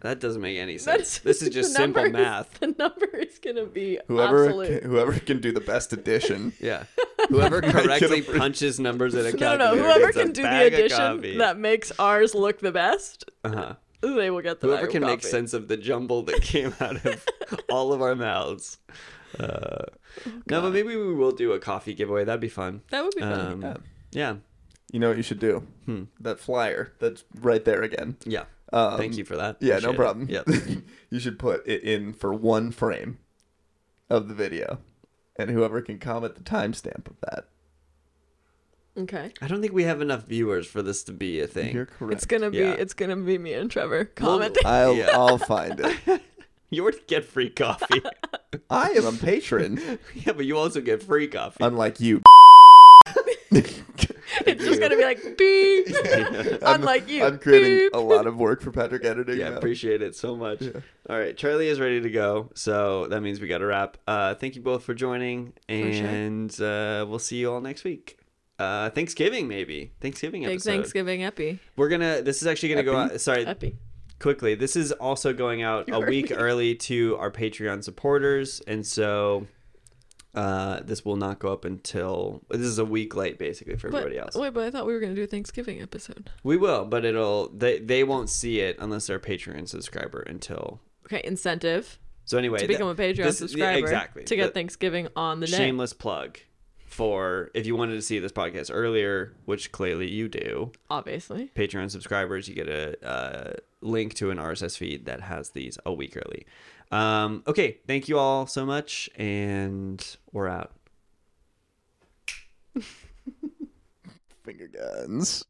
Speaker 1: That doesn't make any sense.
Speaker 2: that's
Speaker 1: This is just
Speaker 2: the
Speaker 1: simple
Speaker 2: number is-
Speaker 1: math.
Speaker 2: the number is gonna be
Speaker 3: Whoever
Speaker 2: absolute.
Speaker 3: can, whoever can do the best addition.
Speaker 1: Yeah. Whoever correctly
Speaker 3: pretty-
Speaker 1: punches numbers in a
Speaker 2: no,
Speaker 1: calculator
Speaker 2: no, no. Whoever
Speaker 1: gets a
Speaker 2: can do the
Speaker 1: bag of
Speaker 2: addition
Speaker 1: coffee.
Speaker 2: that makes ours look the best,
Speaker 1: Uh-huh.
Speaker 2: they will get the
Speaker 1: Whoever
Speaker 2: bag of
Speaker 1: can make
Speaker 2: coffee.
Speaker 1: sense of the jumble that came out of all of our mouths.
Speaker 2: Oh,
Speaker 1: Uh, no, but maybe we will do a coffee giveaway. That'd be fun.
Speaker 2: That would be fun.
Speaker 1: Um,
Speaker 3: yeah.
Speaker 1: yeah.
Speaker 3: You know what you should do?
Speaker 1: Hmm.
Speaker 3: That flyer that's right there again.
Speaker 1: Yeah.
Speaker 3: Um,
Speaker 1: Thank you for that.
Speaker 3: Yeah,
Speaker 1: Appreciate
Speaker 3: no
Speaker 1: it.
Speaker 3: problem.
Speaker 1: Yep.
Speaker 3: you should put it in for one frame of the video, and whoever can comment the timestamp of that.
Speaker 2: okay.
Speaker 1: I don't think we have enough viewers for this to be a thing.
Speaker 3: You're correct.
Speaker 2: It's gonna be
Speaker 1: Yeah.
Speaker 2: it's gonna be me and Trevor
Speaker 1: Well,
Speaker 2: commenting.
Speaker 3: I'll
Speaker 1: Yeah.
Speaker 3: I'll find it.
Speaker 1: You already get free coffee.
Speaker 3: I am a patron,
Speaker 1: yeah, but you also get free coffee.
Speaker 3: unlike you.
Speaker 2: it's just gonna be like beep. Unlike you.
Speaker 3: I'm creating
Speaker 2: Beep.
Speaker 3: a lot of work for Patrick editing.
Speaker 1: Yeah,
Speaker 3: now.
Speaker 1: appreciate it so much.
Speaker 3: Yeah.
Speaker 1: All right, Charlie is ready to go, so that means we got to wrap. Uh, thank you both for joining,
Speaker 2: sure.
Speaker 1: and uh, we'll see you all next week. Uh, Thanksgiving maybe Thanksgiving
Speaker 2: Big
Speaker 1: episode.
Speaker 2: Thanksgiving epi.
Speaker 1: We're gonna. This is actually gonna go
Speaker 3: Epi?
Speaker 1: out. Sorry,
Speaker 2: Epi.
Speaker 1: quickly. This is also going out a
Speaker 2: You're
Speaker 1: week
Speaker 2: right.
Speaker 1: early to our Patreon supporters, and so uh, this will not go up until this is a week late, basically for
Speaker 2: But,
Speaker 1: everybody else.
Speaker 2: wait, but I thought we were gonna do a Thanksgiving episode.
Speaker 1: We will, but it'll they they won't see it unless they're a Patreon subscriber until.
Speaker 2: Okay, incentive
Speaker 1: So anyway,
Speaker 2: to
Speaker 1: th-
Speaker 2: become a Patreon
Speaker 1: this is- yeah,
Speaker 2: subscriber
Speaker 1: exactly
Speaker 2: to get
Speaker 1: The-
Speaker 2: Thanksgiving on the day.
Speaker 1: shameless plug for if you wanted to see this podcast earlier, which clearly you do.
Speaker 2: Obviously.
Speaker 1: Patreon subscribers, you get a uh, link to an RSS feed that has these a week early. Um, okay, thank you all so much, and we're out.
Speaker 3: Finger guns.